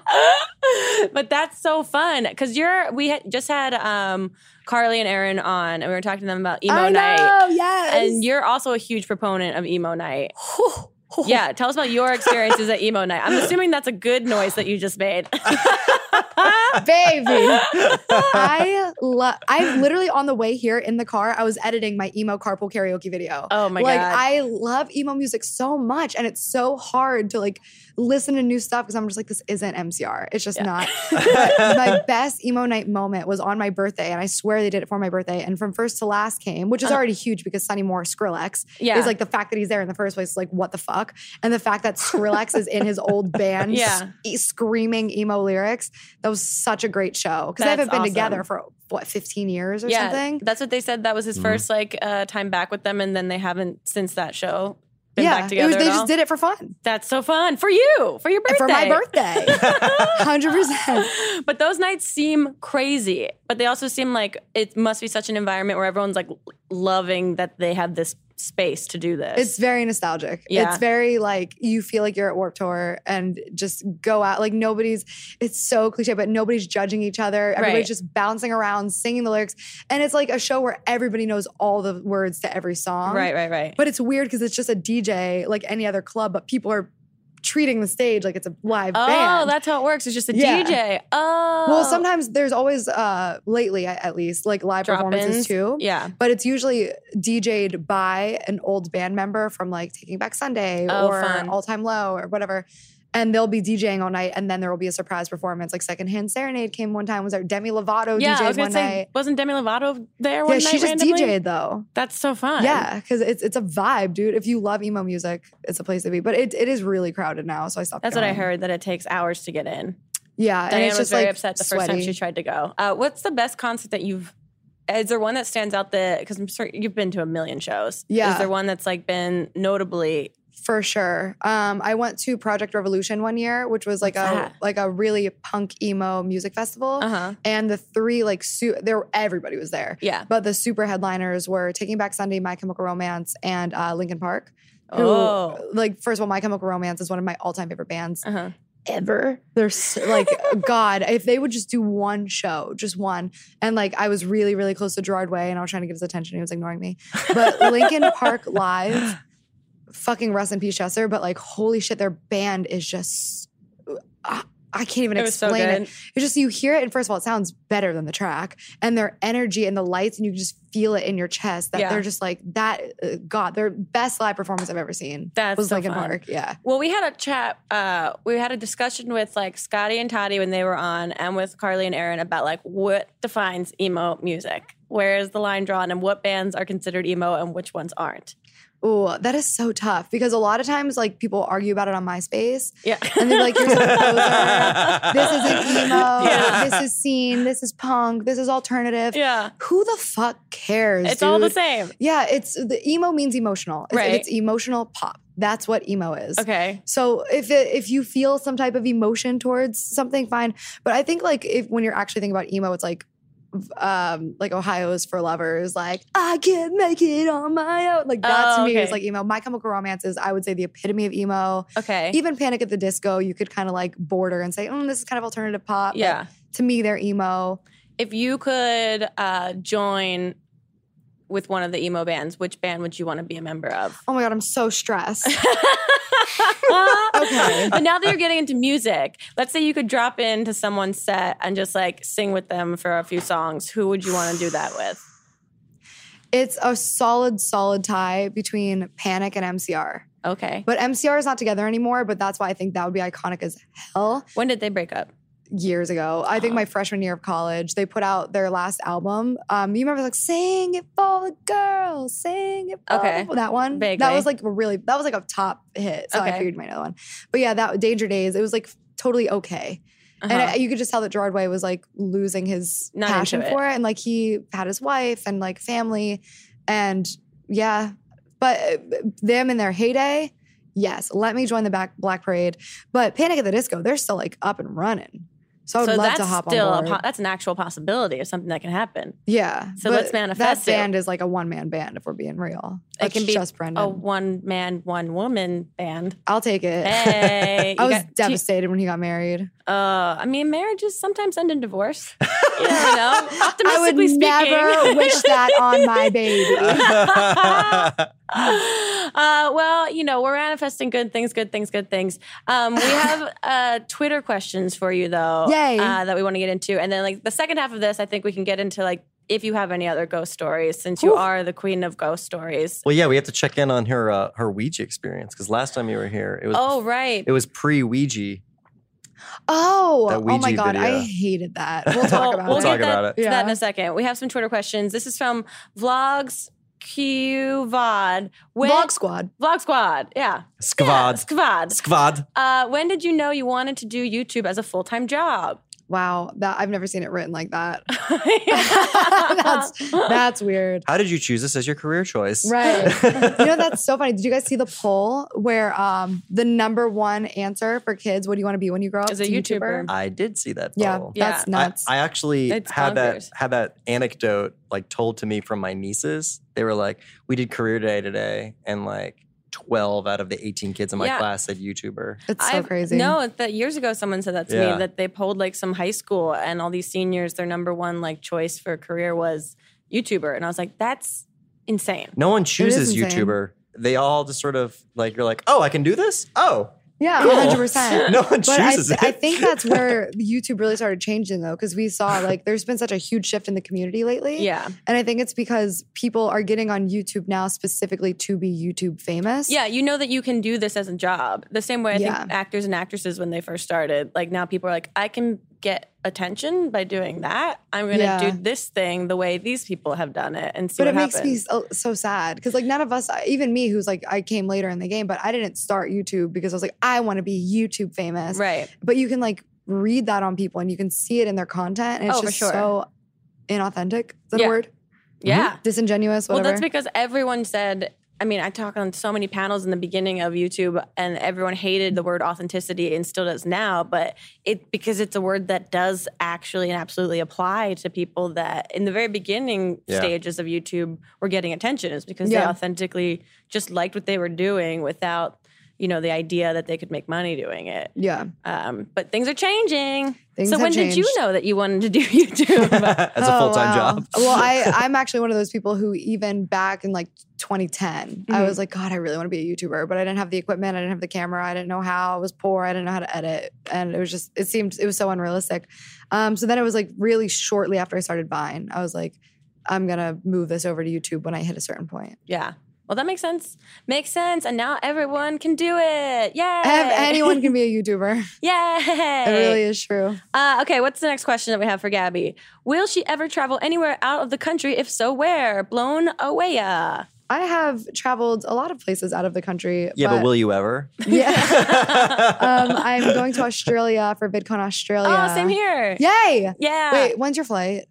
Speaker 1: but that's so fun because you're. We had, just had um, Carly and Aaron on, and we were talking to them about emo
Speaker 4: I
Speaker 1: night.
Speaker 4: know, yes.
Speaker 1: And you're also a huge proponent of emo night.
Speaker 4: Oh.
Speaker 1: yeah, tell us about your experiences at emo night. I'm assuming that's a good noise that you just made.
Speaker 4: baby. I love. I literally on the way here in the car, I was editing my emo carpool karaoke video.
Speaker 1: Oh my
Speaker 4: like,
Speaker 1: God.
Speaker 4: I love emo music so much, and it's so hard to like listen to new stuff because I'm just like, this isn't MCR. It's just not. But my best emo night moment was on my birthday, and I swear they did it for my birthday. And from first to last came, which is
Speaker 1: Uh-huh.
Speaker 4: already huge because Sonny Moore Skrillex
Speaker 1: Yeah.
Speaker 4: is like the fact that he's there in the first place is like what the fuck, and the fact that Skrillex is in his old band,
Speaker 1: Yeah.
Speaker 4: e- screaming emo lyrics. That was such a great show because they
Speaker 1: That's
Speaker 4: haven't been
Speaker 1: awesome.
Speaker 4: together for what 15 years or
Speaker 1: yeah,
Speaker 4: something.
Speaker 1: that's what they said. That was his first like uh, time back with them, and then they haven't since that show been
Speaker 4: yeah,
Speaker 1: back
Speaker 4: it
Speaker 1: together.
Speaker 4: was,
Speaker 1: at
Speaker 4: they
Speaker 1: all.
Speaker 4: just did it for fun
Speaker 1: That's so fun for you for your birthday.
Speaker 4: for my birthday, hundred percent.
Speaker 1: But those nights seem crazy, but they also seem like it must be such an environment where everyone's like loving that they have this space to do this.
Speaker 4: It's very nostalgic.
Speaker 1: Yeah.
Speaker 4: It's very like you feel like you're at Warp Tour and just go out. Like nobody's, it's so cliche, but nobody's judging each other. Everybody's
Speaker 1: Right.
Speaker 4: just bouncing around, singing the lyrics. And it's like a show where everybody knows all the words to every song.
Speaker 1: right, right, right.
Speaker 4: But it's weird because it's just a DJ like any other club, but people are treating the stage like it's a live
Speaker 1: oh,
Speaker 4: band.
Speaker 1: that's how it works. It's just a
Speaker 4: Yeah.
Speaker 1: DJ. Oh,
Speaker 4: well, sometimes there's always, uh, lately at at least, like live
Speaker 1: Drop-ins.
Speaker 4: performances too
Speaker 1: Yeah.
Speaker 4: but it's usually DJ'd by an old band member from like Taking Back Sunday
Speaker 1: Oh,
Speaker 4: or
Speaker 1: fun.
Speaker 4: All Time Low or whatever. And they'll be DJing all night, and then there will be a surprise performance. Like Secondhand Serenade came one time. Was there Demi Lovato
Speaker 1: yeah, I was
Speaker 4: DJed
Speaker 1: gonna
Speaker 4: one
Speaker 1: say,
Speaker 4: night?
Speaker 1: wasn't Demi Lovato there
Speaker 4: Yeah,
Speaker 1: one night
Speaker 4: she just
Speaker 1: randomly?
Speaker 4: DJed though.
Speaker 1: That's so fun.
Speaker 4: Yeah, because it's it's a vibe, dude. If you love emo music, it's a place to be. But it, it is really crowded now, so I stopped.
Speaker 1: That's what I
Speaker 4: going.
Speaker 1: heard. That it takes hours to get in.
Speaker 4: Yeah, and
Speaker 1: Diane
Speaker 4: it's
Speaker 1: was
Speaker 4: just
Speaker 1: very
Speaker 4: like
Speaker 1: upset the first time
Speaker 4: sweaty.
Speaker 1: she tried to go. Uh, what's the best concert that you've? Is there one that stands out that because I'm sure you've been to a million shows?
Speaker 4: Yeah.
Speaker 1: Is there one that's like been notably?
Speaker 4: For sure. Um, I went to Project Revolution one year, which was like
Speaker 1: What's
Speaker 4: a
Speaker 1: that?
Speaker 4: like a really punk emo music festival.
Speaker 1: Uh huh.
Speaker 4: and the three like su- there were- everybody was there
Speaker 1: Yeah.
Speaker 4: but the super headliners were taking back sunday my chemical romance and uh, lincoln park who,
Speaker 1: Oh.
Speaker 4: like first of all my chemical romance is one of my all-time favorite bands
Speaker 1: Uh huh.
Speaker 4: ever they're so, like god if they would just do one show just one and like i was really really close to gerard way and i was trying to get his attention he was ignoring me but lincoln park live fucking rest in peace chester but like holy shit their band is just I I can't even
Speaker 1: It was so
Speaker 4: explain it.
Speaker 1: good.
Speaker 4: It's just you hear it, and first of all, it sounds better than the track, and their energy and the lights, and you can just feel it in your chest that
Speaker 1: Yeah.
Speaker 4: they're just like that. Uh, God, their best live performance I've ever seen.
Speaker 1: That's
Speaker 4: was
Speaker 1: so
Speaker 4: Linkin
Speaker 1: fun.
Speaker 4: Park. Yeah,
Speaker 1: Well, we had a chat. Uh, we had a discussion with like Scotty and Toddy when they were on, and with Carly and Aaron about like what defines emo music. Where is the line drawn, and what bands are considered emo and which ones aren't?
Speaker 4: ooh, that is so tough because a lot of times like people argue about it on MySpace,
Speaker 1: Yeah.
Speaker 4: and they're like, "You're such a poser. This is an emo.
Speaker 1: Yeah.
Speaker 4: This is scene. This is punk. This is alternative."
Speaker 1: yeah.
Speaker 4: Who the fuck cares?
Speaker 1: It's all the
Speaker 4: dude?
Speaker 1: same.
Speaker 4: Yeah, it's the emo means emotional. It's,
Speaker 1: Right.
Speaker 4: it's emotional pop. That's what emo is.
Speaker 1: Okay.
Speaker 4: So if it, if you feel some type of emotion towards something, fine. But I think like if when you're actually thinking about emo, it's like v- um like Ohio's for lovers, like I can't make it on my own. Like
Speaker 1: Oh,
Speaker 4: that to me is
Speaker 1: okay.
Speaker 4: like emo. My Chemical Romance is I would say the epitome of emo.
Speaker 1: Okay.
Speaker 4: Even Panic at the Disco, you could kind of like border and say, mm, this is kind of alternative pop. but
Speaker 1: yeah.
Speaker 4: to me, they're emo.
Speaker 1: If you could uh, join with one of the emo bands, which band would you want to be a member of?
Speaker 4: Oh my god, I'm so stressed.
Speaker 1: okay.
Speaker 4: Okay.
Speaker 1: But now that you're getting into music, let's say you could drop into someone's set and just like sing with them for a few songs. Who would you want to do that with?
Speaker 4: it's a solid, solid tie between Panic and MCR.
Speaker 1: Okay.
Speaker 4: But MCR is not together anymore, but that's why I think that would be iconic as hell.
Speaker 1: When did they break up?
Speaker 4: years ago. I think my freshman year of college, they put out their last album. Um, you remember like "Sing It for the Girls," "Sing It." For
Speaker 1: Okay.
Speaker 4: the-" that one.
Speaker 1: Vaguely.
Speaker 4: That was like a really that was like a top hit. So
Speaker 1: Okay.
Speaker 4: I figured you might know that one. But yeah, that Danger Days. It was like totally okay, and I,
Speaker 1: Uh-huh.
Speaker 4: you could just tell that Gerard Way was like losing his
Speaker 1: Not into
Speaker 4: passion
Speaker 1: it.
Speaker 4: for it, and like he had his wife and like family, and yeah, but uh, them in their heyday. Yes, let me join the back Black Parade. But Panic at the Disco, they're still like up and running. So I would
Speaker 1: so
Speaker 4: love
Speaker 1: that's
Speaker 4: to hop
Speaker 1: still
Speaker 4: on
Speaker 1: a
Speaker 4: board.
Speaker 1: po- that's an actual possibility of something that can happen.
Speaker 4: yeah.
Speaker 1: So
Speaker 4: but
Speaker 1: let's manifest it.
Speaker 4: That band is like a one man band if we're being real.
Speaker 1: It
Speaker 4: That's
Speaker 1: can be
Speaker 4: just Brendan.
Speaker 1: A one man, one woman band.
Speaker 4: I'll take it.
Speaker 1: Hey,
Speaker 4: I
Speaker 1: you
Speaker 4: was
Speaker 1: got- do you-
Speaker 4: devastated when he got married.
Speaker 1: Uh, I mean, marriages sometimes end in divorce. You never know.
Speaker 4: I would
Speaker 1: Optimistically speaking,
Speaker 4: never wish that on my baby.
Speaker 1: uh, well, you know, we're manifesting good things, good things, good things. Um, we have uh, Twitter questions for you, though,
Speaker 4: Yay.
Speaker 1: Uh, that we want to get into. And then, like, the second half of this, I think we can get into, like, if you have any other ghost stories, since you
Speaker 4: Cool.
Speaker 1: are the queen of ghost stories.
Speaker 2: well, yeah, we have to check in on her uh, her Ouija experience because last time you were here, it was
Speaker 1: Oh, right.
Speaker 2: it was pre Ouija.
Speaker 4: Oh,
Speaker 2: That
Speaker 4: oh my
Speaker 2: Ouija
Speaker 4: God.
Speaker 2: video.
Speaker 4: I hated that. We'll talk about
Speaker 1: we'll
Speaker 4: it.
Speaker 2: We'll
Speaker 1: get
Speaker 2: talk about
Speaker 1: that,
Speaker 2: it.
Speaker 1: to that in
Speaker 4: Yeah.
Speaker 1: a second. We have some Twitter questions. This is from Vlogs Q Vod. When-
Speaker 4: Vlog Squad.
Speaker 1: Vlog Squad. Yeah. Yeah,
Speaker 2: Squad,
Speaker 1: Squad.
Speaker 2: squad.
Speaker 1: Uh, when did you know you wanted to do YouTube as a full time job?
Speaker 4: Wow. That I've never seen it written like that.
Speaker 1: that's,
Speaker 4: that's that's weird.
Speaker 2: How did you choose this as your career choice?
Speaker 4: Right. you know that's so funny. Did you guys see the poll where um the number one answer for kids, what do you want to be when you grow up?
Speaker 1: Is a
Speaker 4: It's
Speaker 1: YouTuber.
Speaker 2: I did see that.
Speaker 4: Yeah,
Speaker 2: poll.
Speaker 1: Yeah.
Speaker 4: that's
Speaker 2: Oh. I-
Speaker 4: nuts.
Speaker 2: I, actually
Speaker 1: It's
Speaker 2: had
Speaker 1: bonkers.
Speaker 2: that had that anecdote like told to me from my nieces. They were like, "We did career day today, and like twelve out of the eighteen kids in my
Speaker 1: Yeah.
Speaker 2: class said YouTuber."
Speaker 4: it's so crazy.
Speaker 1: No, that years ago someone said that to
Speaker 2: Yeah.
Speaker 1: me that they polled like some high school and all these seniors, their number one like choice for a career was YouTuber. And I was like, that's insane.
Speaker 2: No one chooses
Speaker 4: insane.
Speaker 2: YouTuber. They all just sort of like you're like, "Oh, I can do this." Oh,
Speaker 4: Yeah,
Speaker 2: cool.
Speaker 4: hundred percent.
Speaker 2: no one
Speaker 4: But I,
Speaker 2: chooses
Speaker 4: th- I
Speaker 2: it.
Speaker 4: think that's where YouTube really started changing though, because we saw like there's been such a huge shift in the community lately.
Speaker 1: Yeah.
Speaker 4: And I think it's because people are getting on YouTube now specifically to be YouTube famous.
Speaker 1: Yeah. You know that you can do this as a job. The same way I
Speaker 4: Yeah.
Speaker 1: think actors and actresses, when they first started, like now people are like, I can get attention by doing that. I'm going to
Speaker 4: Yeah.
Speaker 1: do this thing the way these people have done it and see
Speaker 4: But
Speaker 1: what
Speaker 4: it makes
Speaker 1: happens.
Speaker 4: me so, so sad because like none of us, even me, who's like I came later in the game, but I didn't start YouTube because I was like I want to be YouTube famous.
Speaker 1: Right.
Speaker 4: But you can like read that on people and you can see it in their content, and it's
Speaker 1: Oh, for
Speaker 4: just
Speaker 1: sure.
Speaker 4: so inauthentic. Is that
Speaker 1: Yeah.
Speaker 4: a word?
Speaker 1: Yeah.
Speaker 4: Disingenuous. Mm-hmm.
Speaker 1: Well,
Speaker 4: Whatever.
Speaker 1: that's because everyone said. I mean, I talk on so many panels in the beginning of YouTube, and everyone hated the word authenticity and still does now. But it because it's a word that does actually and absolutely apply to people that in the very beginning
Speaker 2: Yeah.
Speaker 1: stages of YouTube were getting attention is because they
Speaker 4: Yeah.
Speaker 1: authentically just liked what they were doing without, you know, the idea that they could make money doing it.
Speaker 4: yeah.
Speaker 1: Um, but things are changing.
Speaker 4: Things
Speaker 1: so
Speaker 4: have
Speaker 1: when did you
Speaker 4: changed.
Speaker 1: know that you wanted to do YouTube?
Speaker 2: As a
Speaker 4: Oh,
Speaker 2: full time
Speaker 4: wow.
Speaker 2: job.
Speaker 4: well, I, I'm actually one of those people who, even back in like 2010,
Speaker 2: Mm-hmm.
Speaker 4: I
Speaker 1: Mhm.
Speaker 4: was like, God, I really want to be a YouTuber, but I didn't have the equipment, I didn't have the camera, I didn't know how, I was poor, I didn't know how to edit, and it was just, it seemed, it was so unrealistic. Um, so then it was like really shortly after I started buying, I was like, I'm gonna move this over to YouTube when I hit a certain point.
Speaker 1: Yeah. Well, that makes sense. Makes sense. And now everyone can do it. Yay.
Speaker 4: Ev- anyone can be a YouTuber.
Speaker 1: Yay.
Speaker 4: It really is true.
Speaker 1: uh, okay, what's the next question that we have for Gabby? Will she ever travel anywhere out of the country? If so, where? Blown away. uh.
Speaker 4: I have traveled a lot of places out of the country.
Speaker 2: yeah, but will you ever?
Speaker 4: yeah. um, I'm going to Australia for VidCon Australia.
Speaker 1: Oh, same here.
Speaker 4: Yay!
Speaker 1: Yeah.
Speaker 4: Wait, when's your flight?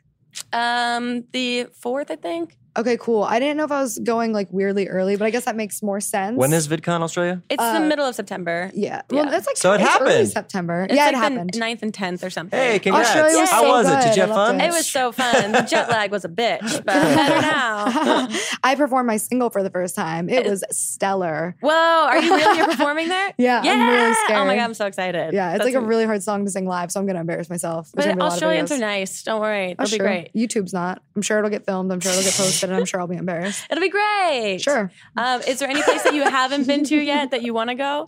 Speaker 1: Um, the fourth, I think.
Speaker 4: Okay, cool. I didn't know if I was going like weirdly early, but I guess that makes more sense.
Speaker 2: When is VidCon Australia?
Speaker 1: It's the
Speaker 4: Uh,
Speaker 1: middle of September.
Speaker 4: Yeah. Well,
Speaker 1: Yeah.
Speaker 4: that's like
Speaker 2: So it
Speaker 4: it's Early
Speaker 2: happened.
Speaker 4: September.
Speaker 1: It's
Speaker 4: yeah,
Speaker 1: like
Speaker 4: it happened.
Speaker 1: The 9th and 10th or something.
Speaker 2: Hey, congrats!
Speaker 4: Australia
Speaker 1: was
Speaker 2: How
Speaker 1: so
Speaker 2: was it? Did
Speaker 4: good.
Speaker 2: you
Speaker 4: I
Speaker 2: have
Speaker 4: loved
Speaker 2: fun?
Speaker 1: It was so fun. The jet lag was a bitch, but better now.
Speaker 4: I performed my single for the first time. It was stellar.
Speaker 1: Whoa, are you really you're performing there?
Speaker 4: Yeah,
Speaker 1: yeah.
Speaker 4: I'm really scared.
Speaker 1: Oh my god, I'm so excited.
Speaker 4: Yeah, it's
Speaker 1: That's
Speaker 4: like a
Speaker 1: gonna-
Speaker 4: really hard song to sing live, so I'm gonna embarrass myself.
Speaker 1: But
Speaker 4: There's gonna be a lot of
Speaker 1: Australians
Speaker 4: videos.
Speaker 1: are nice. Don't worry, it'll
Speaker 4: Oh,
Speaker 1: be
Speaker 4: sure.
Speaker 1: great.
Speaker 4: YouTube's not. I'm sure it'll get filmed. I'm sure it'll get posted, and I'm sure I'll be embarrassed.
Speaker 1: It'll be great.
Speaker 4: Sure.
Speaker 1: Um, is there any place that you haven't been to yet that you want to go?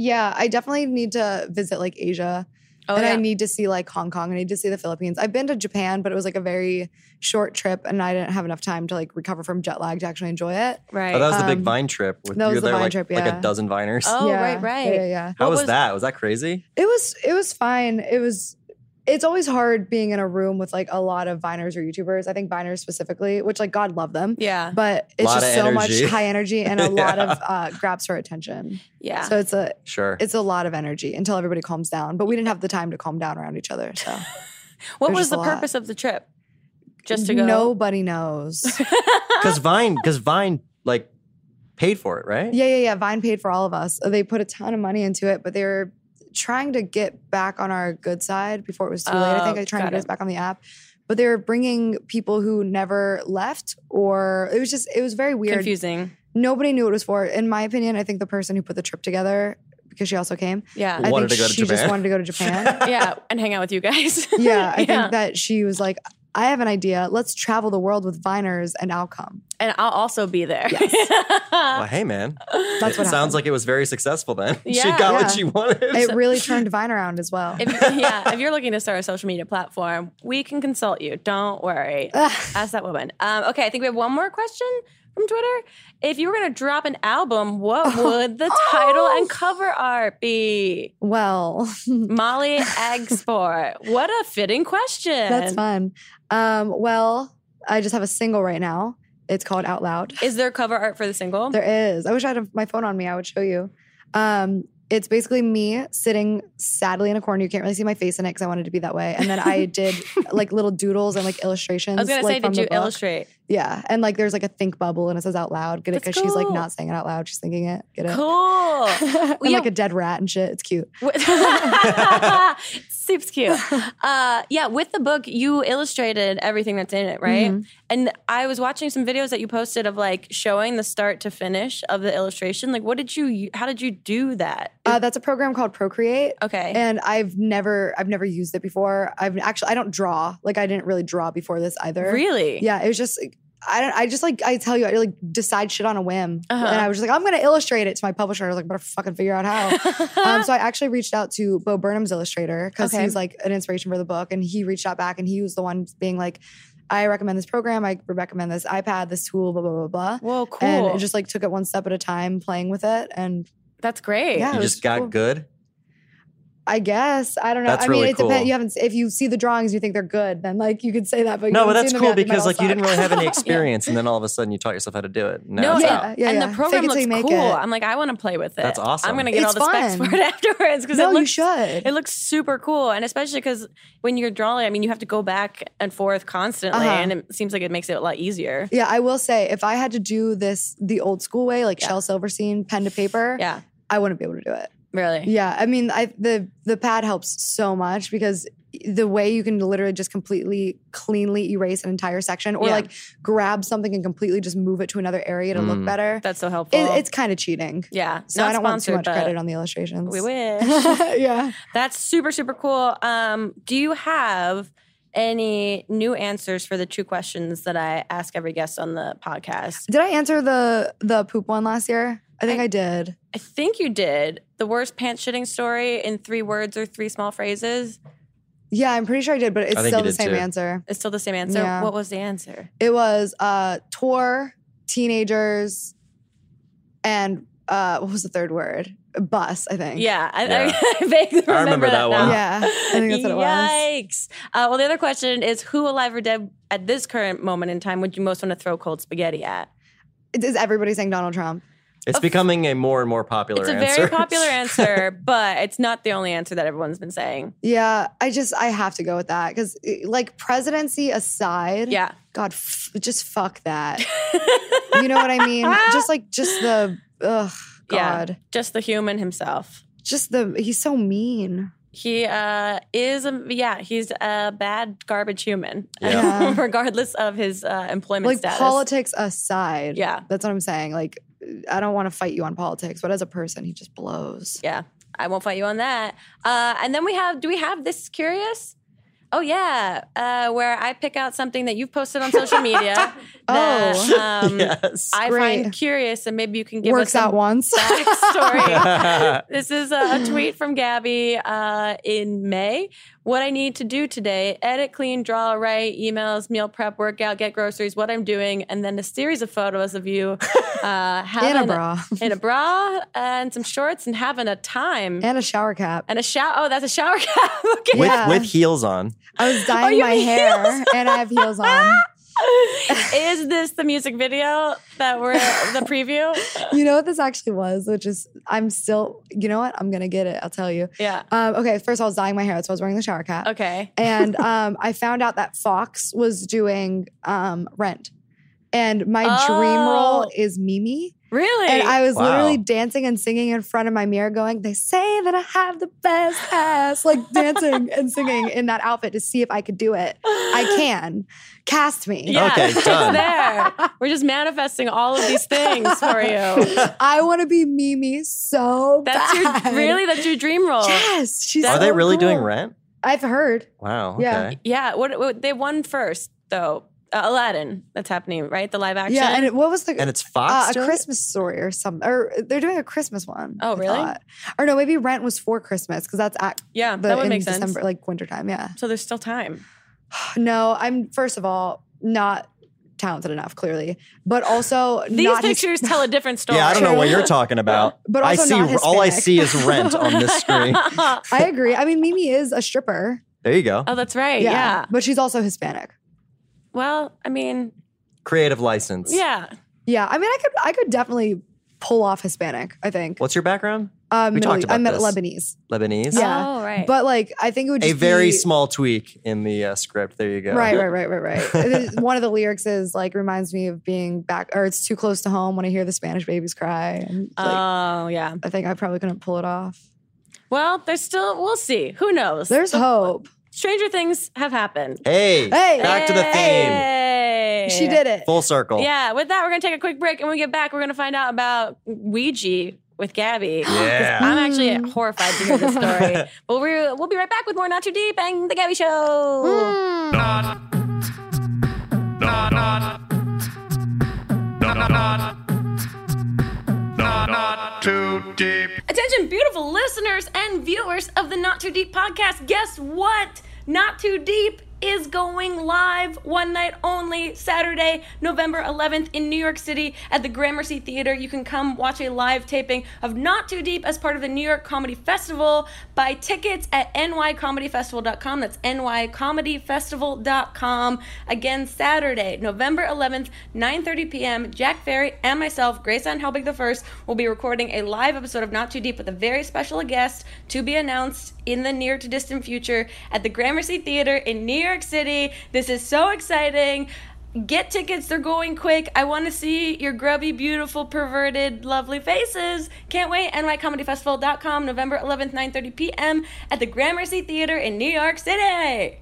Speaker 4: Yeah, I definitely need to visit like Asia,
Speaker 1: Oh,
Speaker 4: and
Speaker 1: yeah.
Speaker 4: I need to see like Hong Kong. I need to see the Philippines. I've been to Japan, but it was like a very short trip, and I didn't have enough time to like recover from jet lag to actually enjoy it.
Speaker 1: right.
Speaker 2: Oh, that was the big
Speaker 4: Um,
Speaker 2: Vine trip. With,
Speaker 4: that
Speaker 2: you
Speaker 4: was
Speaker 2: were
Speaker 4: the
Speaker 2: there
Speaker 4: Vine
Speaker 2: like,
Speaker 4: trip,
Speaker 2: like
Speaker 4: yeah.
Speaker 2: a dozen Viners.
Speaker 1: oh,
Speaker 4: Yeah,
Speaker 1: right, right.
Speaker 4: Yeah, yeah.
Speaker 2: How
Speaker 1: what
Speaker 2: was,
Speaker 1: was-
Speaker 2: that? Was that crazy?
Speaker 4: It was it was fine. It was it's always hard being in a room with like a lot of viners or YouTubers. I think viners specifically, which like God love them.
Speaker 1: Yeah.
Speaker 4: But it's
Speaker 2: Lot
Speaker 4: just
Speaker 2: of
Speaker 4: so much
Speaker 2: energy.
Speaker 4: high energy and a lot
Speaker 2: Yeah.
Speaker 4: of uh, grabs her attention.
Speaker 1: Yeah.
Speaker 4: So it's a
Speaker 2: Sure.
Speaker 4: it's a lot of energy until everybody calms down. But we didn't have the time to calm down around each other. So
Speaker 1: what
Speaker 4: there's
Speaker 1: was
Speaker 4: just
Speaker 1: the
Speaker 4: a lot.
Speaker 1: purpose of the trip? Just to go.
Speaker 4: nobody knows.
Speaker 2: Because Vine, because Vine like paid for it, right?
Speaker 4: yeah, yeah, yeah. Vine paid for all of us. They put a ton of money into it, but they were trying to get back on our good side before it was too late. I think
Speaker 1: Oh,
Speaker 4: I tried to
Speaker 1: got
Speaker 4: get
Speaker 1: it.
Speaker 4: us back on the app. But they were bringing people who never left, or it was just, it was very weird.
Speaker 1: Confusing.
Speaker 4: Nobody knew what it was for. In my opinion, I think the person who put the trip together, because she also came,
Speaker 1: Yeah.
Speaker 4: I
Speaker 2: Wanted
Speaker 4: think
Speaker 2: to go to
Speaker 4: she just
Speaker 2: Japan.
Speaker 4: wanted to go to Japan.
Speaker 1: yeah. And hang out with you guys.
Speaker 4: yeah, I
Speaker 1: Yeah.
Speaker 4: think that she was like, I have an idea. Let's travel the world with Viners and I'll come.
Speaker 1: and I'll also be there.
Speaker 2: Well, hey man,
Speaker 4: That's
Speaker 2: it
Speaker 4: what
Speaker 2: sounds
Speaker 4: happened.
Speaker 2: like it was very successful. Then she
Speaker 1: Yeah.
Speaker 2: got
Speaker 4: Yeah.
Speaker 2: what she wanted.
Speaker 4: It really turned Vine around as well.
Speaker 1: if, yeah, if you're looking to start a social media platform, we can consult you. Don't worry. Ask that woman. Um, okay, I think we have one more question from Twitter. If you were going to drop an album, what
Speaker 4: Oh.
Speaker 1: would the title and cover art be?
Speaker 4: well,
Speaker 1: Molly Agsport. What a fitting question.
Speaker 4: That's fun. Um, well, I just have a single right now. It's called Out Loud.
Speaker 1: Is there cover art for the single?
Speaker 4: There is. I wish I had my phone on me. I would show you. Um, it's basically me sitting sadly in a corner. You can't really see my face in it because I wanted to be that way. And then I did like little doodles and like illustrations.
Speaker 1: I was going to
Speaker 4: like,
Speaker 1: say,
Speaker 4: from
Speaker 1: did
Speaker 4: the
Speaker 1: you
Speaker 4: book.
Speaker 1: illustrate?
Speaker 4: Yeah. And like there's like a think bubble and it says out loud. Get it?
Speaker 1: That's
Speaker 4: Because she's like
Speaker 1: cool.
Speaker 4: not saying it out loud. She's thinking it. Get it?
Speaker 1: Cool.
Speaker 4: and
Speaker 1: Yeah.
Speaker 4: like a dead rat and shit. It's cute.
Speaker 1: Wi- Soup's cute. Uh, yeah, with the book, you illustrated everything that's in it, right?
Speaker 4: Mm-hmm.
Speaker 1: And I was watching some videos that you posted of like showing the start to finish of the illustration. Like, what did you? How did you do that?
Speaker 4: Uh, that's a program called Procreate.
Speaker 1: Okay.
Speaker 4: and I've never I've never used it before. I've actually I don't draw. Like I didn't really draw before this either.
Speaker 1: really?
Speaker 4: Yeah, it was just I don't I just like I tell you I like decide shit on a whim.
Speaker 1: Uh-huh.
Speaker 4: And I was just like I'm going to illustrate it to my publisher. I was like better fucking figure out how. um, so I actually reached out to Bo Burnham's illustrator cuz
Speaker 1: Okay.
Speaker 4: he's like an inspiration for the book and he reached out back and he was the one being like I recommend this program. I recommend this iPad, this tool, blah blah blah blah.
Speaker 1: Whoa,
Speaker 4: And
Speaker 1: cool.
Speaker 4: it just like took it one step at a time playing with it and
Speaker 1: that's great.
Speaker 4: Yeah.
Speaker 2: you
Speaker 4: it was
Speaker 2: just got
Speaker 4: cool.
Speaker 2: good.
Speaker 4: I guess I don't know.
Speaker 2: That's
Speaker 4: I mean,
Speaker 2: really
Speaker 4: it depends.
Speaker 2: cool.
Speaker 4: You haven't if you see the drawings, you think they're good, then like you could say that. But you
Speaker 2: No, but
Speaker 4: haven't
Speaker 2: that's
Speaker 4: seen them
Speaker 2: cool
Speaker 4: yet, they might
Speaker 2: because
Speaker 4: all
Speaker 2: like you didn't really
Speaker 4: suck.
Speaker 2: have any experience, and then all of a sudden you taught yourself how to do it. Now
Speaker 1: No,
Speaker 2: it's
Speaker 1: yeah,
Speaker 2: out.
Speaker 4: Yeah, yeah,
Speaker 1: and
Speaker 4: yeah.
Speaker 1: the program
Speaker 4: Fake it till
Speaker 1: looks
Speaker 4: you make
Speaker 1: cool.
Speaker 4: it.
Speaker 1: I'm like, I want to play with it.
Speaker 2: That's awesome.
Speaker 1: I'm gonna get
Speaker 4: It's
Speaker 1: all the specs
Speaker 4: fun.
Speaker 1: for it afterwards because
Speaker 4: No,
Speaker 1: it
Speaker 4: you
Speaker 1: looks
Speaker 4: should.
Speaker 1: It looks super cool, and especially because when you're drawing, I mean, you have to go back and forth constantly,
Speaker 4: Uh-huh.
Speaker 1: and it seems like it makes it a lot easier.
Speaker 4: Yeah, I will say if I had to do this the old school way, like Shel Silverstein, pen to paper,
Speaker 1: Yeah,
Speaker 4: I wouldn't be able to do it.
Speaker 1: really.
Speaker 4: Yeah, I mean, I the the pad helps so much because the way you can literally just completely cleanly erase an entire section or
Speaker 1: Yeah.
Speaker 4: like grab something and completely just move it to another area to look
Speaker 2: Mm.
Speaker 4: better.
Speaker 1: That's so helpful.
Speaker 4: It, it's kind of cheating.
Speaker 1: yeah,
Speaker 4: So
Speaker 1: not
Speaker 4: I don't want too
Speaker 1: sponsored,
Speaker 4: much
Speaker 1: but
Speaker 4: credit on the illustrations.
Speaker 1: We wish.
Speaker 4: yeah.
Speaker 1: That's super super cool. Um, do you have any new answers for the two questions that I ask every guest on the podcast?
Speaker 4: Did I answer the the poop one last year? I think I,
Speaker 1: I-
Speaker 4: did.
Speaker 1: I think you did the worst pants shitting story in three words or three small phrases.
Speaker 4: Yeah, I'm pretty sure I did, but it's
Speaker 2: think
Speaker 4: still
Speaker 2: you
Speaker 4: the
Speaker 2: did
Speaker 4: same
Speaker 2: too.
Speaker 4: answer.
Speaker 1: It's still the same answer.
Speaker 4: Yeah.
Speaker 1: What was the answer?
Speaker 4: It was uh tour, teenagers, and uh what was the third word? Bus, I think.
Speaker 1: Yeah, I,
Speaker 2: Yeah.
Speaker 1: I, vaguely remember,
Speaker 2: I remember that one.
Speaker 1: now.
Speaker 4: Yeah. I think that's what it was.
Speaker 1: Yikes. Uh, well, the other question is who alive or dead at this current moment in time would you most want to throw cold spaghetti at?
Speaker 4: Is everybody saying Donald Trump?
Speaker 2: It's becoming a more and more popular
Speaker 1: It's a
Speaker 2: answer.
Speaker 1: very popular answer, but it's not the only answer that everyone's been saying.
Speaker 4: Yeah, I just I have to go with that because like presidency aside,
Speaker 1: Yeah.
Speaker 4: God, f- just fuck that. you know what I mean? Just like just the ugh,
Speaker 1: Yeah.
Speaker 4: God,
Speaker 1: Just the human himself.
Speaker 4: just the he's so mean.
Speaker 1: He uh, is a yeah. He's a bad garbage human,
Speaker 4: Yeah.
Speaker 1: regardless of his uh, employment
Speaker 4: like
Speaker 1: status.
Speaker 4: politics aside,
Speaker 1: Yeah.
Speaker 4: that's what I'm saying. Like I don't want to fight you on politics, but as a person, he just blows.
Speaker 1: yeah, I won't fight you on that. Uh, and then we have. Do we have this curious? Oh yeah, uh, where I pick out something that you've posted on social media.
Speaker 4: Oh.
Speaker 1: that, um,
Speaker 2: yes.
Speaker 1: I
Speaker 4: Great.
Speaker 1: find curious, and maybe you can give
Speaker 4: Works
Speaker 1: us
Speaker 4: out
Speaker 1: some
Speaker 4: once.
Speaker 1: backstory. This is a, a tweet from Gabby uh, in May. What I need to do today edit, clean, draw, write, emails, meal prep, workout, get groceries, what I'm doing, and then a series of photos of you uh, having
Speaker 4: and a bra
Speaker 1: in a bra and some shorts and having a time.
Speaker 4: and a shower cap.
Speaker 1: And a shower. Oh, that's a shower cap. okay.
Speaker 2: with,
Speaker 4: Yeah.
Speaker 2: with heels on.
Speaker 4: I was
Speaker 1: Oh,
Speaker 4: dyeing
Speaker 1: you
Speaker 4: my
Speaker 1: have
Speaker 4: hair
Speaker 1: heels.
Speaker 4: and I have heels on.
Speaker 1: Is this the music video that we're the preview?
Speaker 4: you know what this actually was, which is I'm still. You know what? I'm gonna get it. I'll tell you.
Speaker 1: Yeah.
Speaker 4: Um, okay, first of all, I was dyeing my hair, so I was wearing the shower cap.
Speaker 1: Okay.
Speaker 4: And um, I found out that Fox was doing um, Rent. And my dream
Speaker 1: Oh.
Speaker 4: role is Mimi.
Speaker 1: Really?
Speaker 4: And I was
Speaker 2: Wow.
Speaker 4: literally dancing and singing in front of my mirror, going, They say that I have the best ass, like dancing and singing in that outfit to see if I could do it. I can. Cast me.
Speaker 1: Yeah,
Speaker 2: Okay,
Speaker 1: it's
Speaker 2: done.
Speaker 1: there. We're just manifesting all of these things for you.
Speaker 4: I want to be Mimi so
Speaker 1: That's your
Speaker 4: bad.
Speaker 1: really that's your dream role.
Speaker 4: Yes. She's
Speaker 2: Are
Speaker 4: so
Speaker 2: they really doing
Speaker 4: cool.
Speaker 2: rent?
Speaker 4: I've heard.
Speaker 2: Wow. Okay.
Speaker 4: Yeah.
Speaker 1: Yeah. What, what they won first though? Uh, Aladdin. That's happening, right? The live action.
Speaker 4: Yeah. And it, what was the.
Speaker 2: And it's
Speaker 4: uh,
Speaker 2: Fox.
Speaker 4: a
Speaker 2: doing it?
Speaker 4: Christmas story or something. Or they're doing a Christmas one.
Speaker 1: Oh,
Speaker 4: I
Speaker 1: really?
Speaker 4: thought. Or no, maybe Rent was for Christmas because that's at
Speaker 1: Yeah,
Speaker 4: the,
Speaker 1: that would
Speaker 4: in
Speaker 1: make sense.
Speaker 4: December, like wintertime. Yeah.
Speaker 1: So there's still time.
Speaker 4: No, I'm first of all not talented enough, clearly, but also
Speaker 1: These
Speaker 4: not his-
Speaker 1: pictures tell a different story.
Speaker 2: Yeah, I don't know what you're talking about.
Speaker 4: But
Speaker 2: I
Speaker 4: also
Speaker 2: see
Speaker 4: not
Speaker 2: all I
Speaker 4: Hispanic.
Speaker 2: see is rent on this screen.
Speaker 4: I agree. I mean, Mimi is a stripper.
Speaker 2: There you go.
Speaker 4: Um,
Speaker 1: oh, that's right. Yeah.
Speaker 4: but she's also Hispanic.
Speaker 1: Well, I mean,
Speaker 2: Creative license.
Speaker 1: yeah.
Speaker 4: Yeah, I mean, I could I could definitely pull off Hispanic. I think.
Speaker 2: What's your background?
Speaker 4: um,
Speaker 2: we
Speaker 4: Middle,
Speaker 2: talked about
Speaker 4: I'm
Speaker 2: this.
Speaker 4: Lebanese,
Speaker 2: Lebanese.
Speaker 4: Yeah.
Speaker 1: Oh, right.
Speaker 4: but like I think it would
Speaker 2: A
Speaker 4: just
Speaker 2: very
Speaker 4: be-
Speaker 2: small tweak in the uh, script. There you go.
Speaker 4: Right, right, right, right, right. And then One of the lyrics is like reminds me of being back, or it's too close to home when I hear the Spanish babies cry. And like,
Speaker 1: oh, yeah.
Speaker 4: I think I probably couldn't pull it off.
Speaker 1: Well, there's still. We'll see. Who knows?
Speaker 4: There's hope.
Speaker 1: Stranger things have happened.
Speaker 2: Hey,
Speaker 4: Hey.
Speaker 2: back to the theme.
Speaker 1: Hey.
Speaker 4: She did it.
Speaker 2: Full circle.
Speaker 1: Yeah, with that, we're going to take a quick break. And when we get back, we're going to find out about Ouija with Gabby. 'Cause
Speaker 2: Yeah.
Speaker 1: I'm
Speaker 4: Mm.
Speaker 1: actually horrified to hear this story. but we're, we'll be right back with more Not Too Deep and The Gabby
Speaker 4: Mm.
Speaker 1: Show.
Speaker 3: Not. Not. Not. Not. Not. Not. Not too deep.
Speaker 1: Attention, beautiful listeners and viewers of the Not Too Deep podcast. Guess what? Not Too Deep is going live one night only Saturday, November 11th in New York City at the Gramercy Theater. You can come watch a live taping of Not Too Deep as part of the New York Comedy Festival. Buy tickets at nycomedyfestival.com. That's nycomedyfestival.com. Again, Saturday, November 11th, 9:30 p.m. Jack Ferry and myself, Grace Ann Helbig the First, will be recording a live episode of Not Too Deep with a very special guest to be announced in the near to distant future at the Gramercy Theater in New York City. This is so exciting. Get tickets, they're going quick. I want to see your grubby, beautiful, perverted, lovely faces. Can't wait. nycomedyfestival.com, November 11th, 9:30 p.m. at the Gramercy Theater in New York City.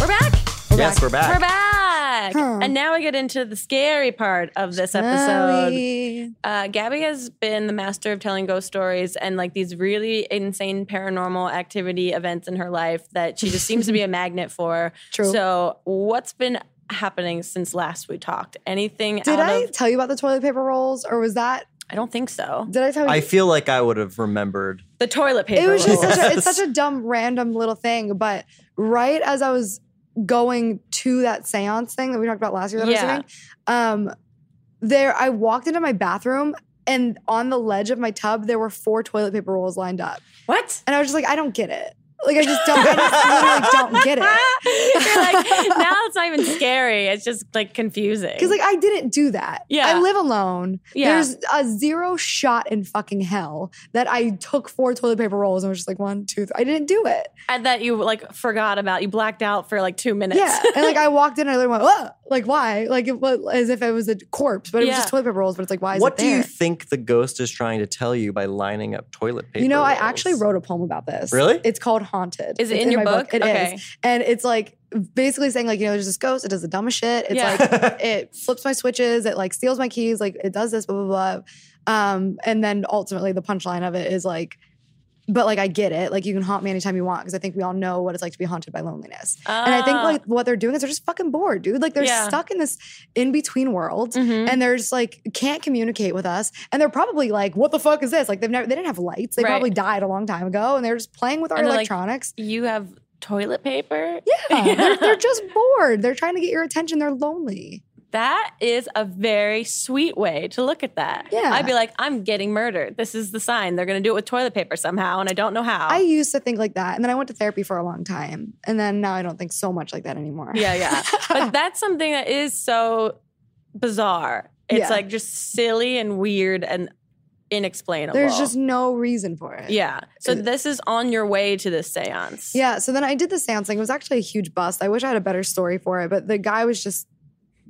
Speaker 1: We're back.
Speaker 2: yes, we're back.
Speaker 1: We're back. And now we get into the scary part of this episode.
Speaker 4: Sorry.
Speaker 1: Uh, Gabby has been the master of telling ghost stories and like these really insane paranormal activity events in her life that she just seems to be a magnet for.
Speaker 4: True.
Speaker 1: So, what's been happening since last we talked? Anything
Speaker 4: Did
Speaker 1: out
Speaker 4: I
Speaker 1: of
Speaker 4: tell you about the toilet paper rolls, or was that?
Speaker 1: I don't think so.
Speaker 4: Did I tell you?
Speaker 2: I feel like I would have remembered.
Speaker 1: The toilet paper.
Speaker 4: it was just
Speaker 1: roll.
Speaker 4: such a, it's
Speaker 2: Yes.
Speaker 4: such a dumb, random little thing. But right as I was going to that seance thing that we talked about last year, that
Speaker 1: Yeah.
Speaker 4: I was doing, um, there I walked into my bathroom. And on the ledge of my tub, there were four toilet paper rolls lined up.
Speaker 1: What?
Speaker 4: And I was just like, I don't get it. Like I just don't, I just literally don't get it.
Speaker 1: You're like, now it's not even scary. It's just like confusing.
Speaker 4: Because like I didn't do that.
Speaker 1: Yeah.
Speaker 4: I live alone.
Speaker 1: Yeah.
Speaker 4: There's a zero shot in fucking hell that I took four toilet paper rolls and was just like one, two, three. I didn't do it.
Speaker 1: and that you like forgot about. You blacked out for like two minutes.
Speaker 4: Yeah. and like I walked in and I literally went, Whoa! like why? Like it was as if it was a corpse, but it
Speaker 1: Yeah.
Speaker 4: was just toilet paper rolls. But it's like why is
Speaker 2: What
Speaker 4: it
Speaker 2: do you
Speaker 4: there?
Speaker 2: think the ghost is trying to tell you by lining up toilet paper?
Speaker 4: You know, I
Speaker 2: rolls?
Speaker 4: actually wrote a poem about this.
Speaker 2: Really?
Speaker 4: It's called Haunted.
Speaker 1: Is it
Speaker 4: It's
Speaker 1: in your
Speaker 4: my
Speaker 1: book?
Speaker 4: It is.
Speaker 1: okay.
Speaker 4: And it's like basically saying, like, you know, there's this ghost, it does the dumbest shit. It's
Speaker 1: Yeah.
Speaker 4: like it flips my switches, it like steals my keys, like it does this, blah blah blah. Um, and then ultimately the punchline of it is like, but like I get it, like you can haunt me anytime you want because I think we all know what it's like to be haunted by loneliness. And I think
Speaker 1: Ah.
Speaker 4: like what they're doing is they're just fucking bored, dude. Like they're
Speaker 1: Yeah.
Speaker 4: stuck in this in between world.
Speaker 1: Mhm.
Speaker 4: And they're just like can't communicate with us, and they're probably like, "What the fuck is this?" Like they've never, they didn't have lights. They
Speaker 1: Right.
Speaker 4: probably died a long time ago, and they're just playing with our
Speaker 1: And they're like,
Speaker 4: electronics.
Speaker 1: you have toilet paper.
Speaker 4: yeah,
Speaker 1: Yeah.
Speaker 4: They're, they're just bored. They're trying to get your attention. They're lonely.
Speaker 1: That is a very sweet way to look at that.
Speaker 4: Yeah.
Speaker 1: I'd be like, I'm getting murdered. This is the sign. They're going to do it with toilet paper somehow, and I don't know how.
Speaker 4: I used to think like that. And then I went to therapy for a long time. And then now I don't think so much like that anymore.
Speaker 1: yeah, yeah. but that's something that is so bizarre. It's
Speaker 4: Yeah.
Speaker 1: like just silly and weird and inexplainable.
Speaker 4: There's just no reason for it.
Speaker 1: yeah. So this is on your way to this séance.
Speaker 4: Yeah. So then I did the seance thing. It was actually a huge bust. I wish I had a better story for it, but the guy was just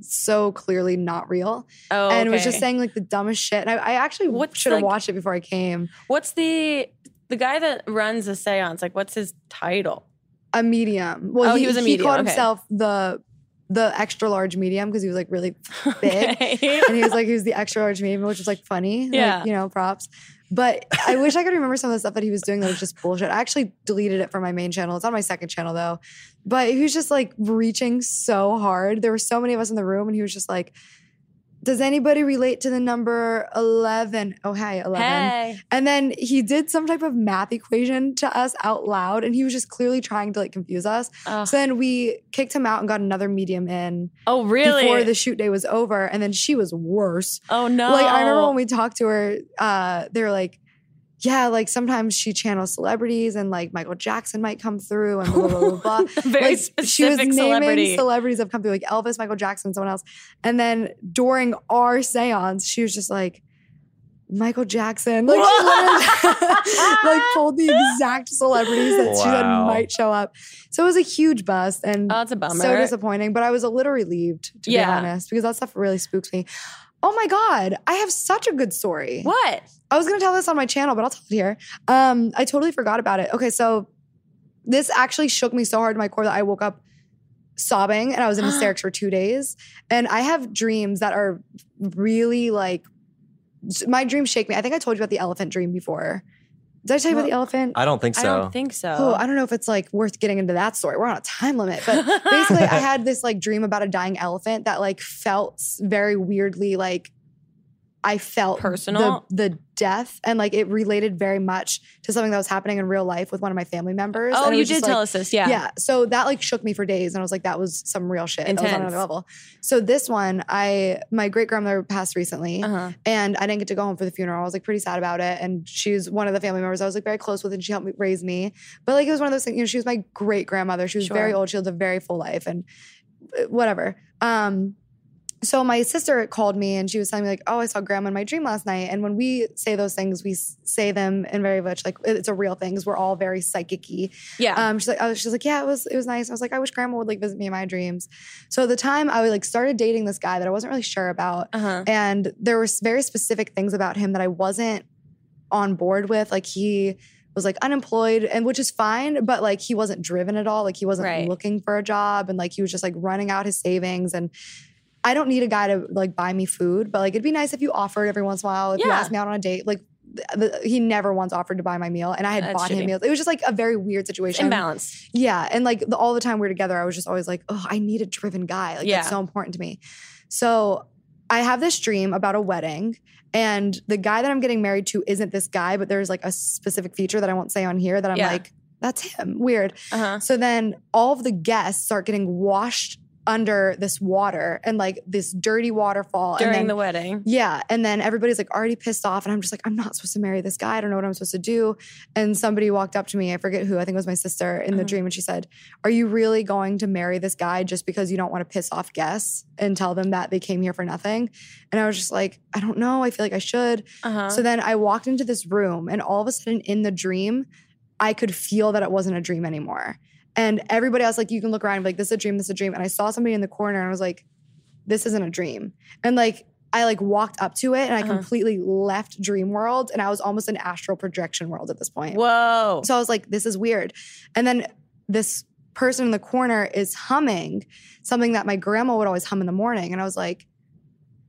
Speaker 4: so clearly not real
Speaker 1: Oh,
Speaker 4: and was
Speaker 1: okay.
Speaker 4: just saying like the dumbest shit. And I, I actually
Speaker 1: What's,
Speaker 4: should have
Speaker 1: like-
Speaker 4: watched it before I came.
Speaker 1: What's the the guy that runs the séance? Like, what's his title?
Speaker 4: A medium. Well,
Speaker 1: Oh, he was a medium.
Speaker 4: He called
Speaker 1: Okay.
Speaker 4: himself the the extra large medium because he was like really big.
Speaker 1: Okay.
Speaker 4: and he was like, he was the extra large meme, which was like funny. like,
Speaker 1: Yeah.
Speaker 4: you know, props. But I wish I could remember some of the stuff that he was doing that was just bullshit. I actually deleted it from my main channel. It's on my second channel though. But he was just like reaching so hard. There were so many of us in the room, and he was just like, Does anybody relate to the number 11? Oh, hey, 11.
Speaker 1: hey.
Speaker 4: And then he did some type of math equation to us out loud, and he was just clearly trying to like confuse us.
Speaker 1: Oh,
Speaker 4: So then we kicked him out and got another medium in
Speaker 1: oh, really?
Speaker 4: before the shoot day was over. And then she was worse.
Speaker 1: oh no.
Speaker 4: Like I remember when we talked to her, uh, they were like, yeah, like sometimes she channels celebrities and like Michael Jackson might come through and blah blah blah. blah. blah.
Speaker 1: very
Speaker 4: like,
Speaker 1: specific
Speaker 4: she was naming
Speaker 1: celebrity.
Speaker 4: celebrities have come through, like Elvis, Michael Jackson, someone else. And then during our seance, she was just like, Michael Jackson, like, she literally, like pulled the exact celebrities that she said
Speaker 2: Wow.
Speaker 4: might show up. So it was a huge bust, and
Speaker 1: oh, it's a bummer.
Speaker 4: so disappointing, but I was a little relieved to
Speaker 1: Yeah.
Speaker 4: be honest because that stuff really spooks me. Oh my god, I have such a good story.
Speaker 1: what?
Speaker 4: I was gonna tell this on my channel, but I'll tell it here. Um, I totally forgot about it. Okay, so this actually shook me so hard to my core that I woke up sobbing and I was in hysterics for two days. And I have dreams that are really like my dreams shake me. I think I told you about the elephant dream before. Did I tell you about the elephant?
Speaker 2: I don't think so.
Speaker 1: I don't think so.
Speaker 4: Oh, I don't know if it's like worth getting into that story. We're on a time limit, but basically, I had this like dream about a dying elephant that like felt s- very weirdly like I felt
Speaker 1: Personal?
Speaker 4: the, the death, and like it related very much to something that was happening in real life with one of my family members.
Speaker 1: oh,
Speaker 4: and it
Speaker 1: you
Speaker 4: was
Speaker 1: did
Speaker 4: just, like,
Speaker 1: tell us this. Yeah.
Speaker 4: yeah. So that like shook me for days, and I was like, that was some real shit. That was on
Speaker 1: Intense.
Speaker 4: another level. So this one, I my great grandmother passed recently,
Speaker 1: Uh-huh.
Speaker 4: and I didn't get to go home for the funeral. I was like pretty sad about it. And she was one of the family members I was like very close with, and she helped me raise me. But like it was one of those things, you know, she was my great grandmother. She was
Speaker 1: Sure.
Speaker 4: very old. She lived a very full life and uh, whatever. Um, so my sister called me and she was telling me like, "Oh, I saw grandma in my dream last night." And when we say those things, we s- say them in very much like it's a real thing. 'cause We're all very psychic-y.
Speaker 1: Yeah.
Speaker 4: Um, she's like, oh, she's like, yeah, it was, it was nice. I was like, I wish grandma would like visit me in my dreams. So at the time, I like started dating this guy that I wasn't really sure about,
Speaker 1: uh-huh.
Speaker 4: and there were s- very specific things about him that I wasn't on board with. Like he was like unemployed, and which is fine, but like he wasn't driven at all. Like he wasn't
Speaker 1: Right.
Speaker 4: looking for a job, and like he was just like running out his savings and. I don't need a guy to like buy me food, but like it'd be nice if you offered every once in a while. If you
Speaker 1: Yeah.
Speaker 4: asked me out on a date, like th- th- he never once offered to buy my meal, and I had
Speaker 1: That's
Speaker 4: bought
Speaker 1: shitty.
Speaker 4: him meals. It was just like a very weird situation.
Speaker 1: Imbalance.
Speaker 4: Yeah. And like the, all the time we were together, I was just always like, oh, I need a driven guy. Like,
Speaker 1: Yeah.
Speaker 4: that's so important to me. So I have this dream about a wedding, and the guy that I'm getting married to isn't this guy, but there's like a specific feature that I won't say on here that I'm
Speaker 1: Yeah.
Speaker 4: like, that's him. Weird.
Speaker 1: Uh huh.
Speaker 4: So then all of the guests start getting washed under this water and like this dirty waterfall.
Speaker 1: during
Speaker 4: and then,
Speaker 1: the wedding.
Speaker 4: yeah. And then everybody's like already pissed off. And I'm just like, I'm not supposed to marry this guy. I don't know what I'm supposed to do. And somebody walked up to me. I forget who. I think it was my sister in the
Speaker 1: Uh-huh.
Speaker 4: dream. And she said, Are you really going to marry this guy just because you don't want to piss off guests and tell them that they came here for nothing? And I was just like, I don't know. I feel like I should.
Speaker 1: Uh-huh.
Speaker 4: So then I walked into this room, and all of a sudden in the dream, I could feel that it wasn't a dream anymore. And everybody else, like, you can look around and be like, this is a dream, this is a dream. And I saw somebody in the corner and I was like, this isn't a dream. And like, I like walked up to it and I
Speaker 1: Uh-huh.
Speaker 4: completely left dream world and I was almost in astral projection world at this point.
Speaker 1: Whoa.
Speaker 4: So I was like, this is weird. And then this person in the corner is humming something that my grandma would always hum in the morning. And I was like,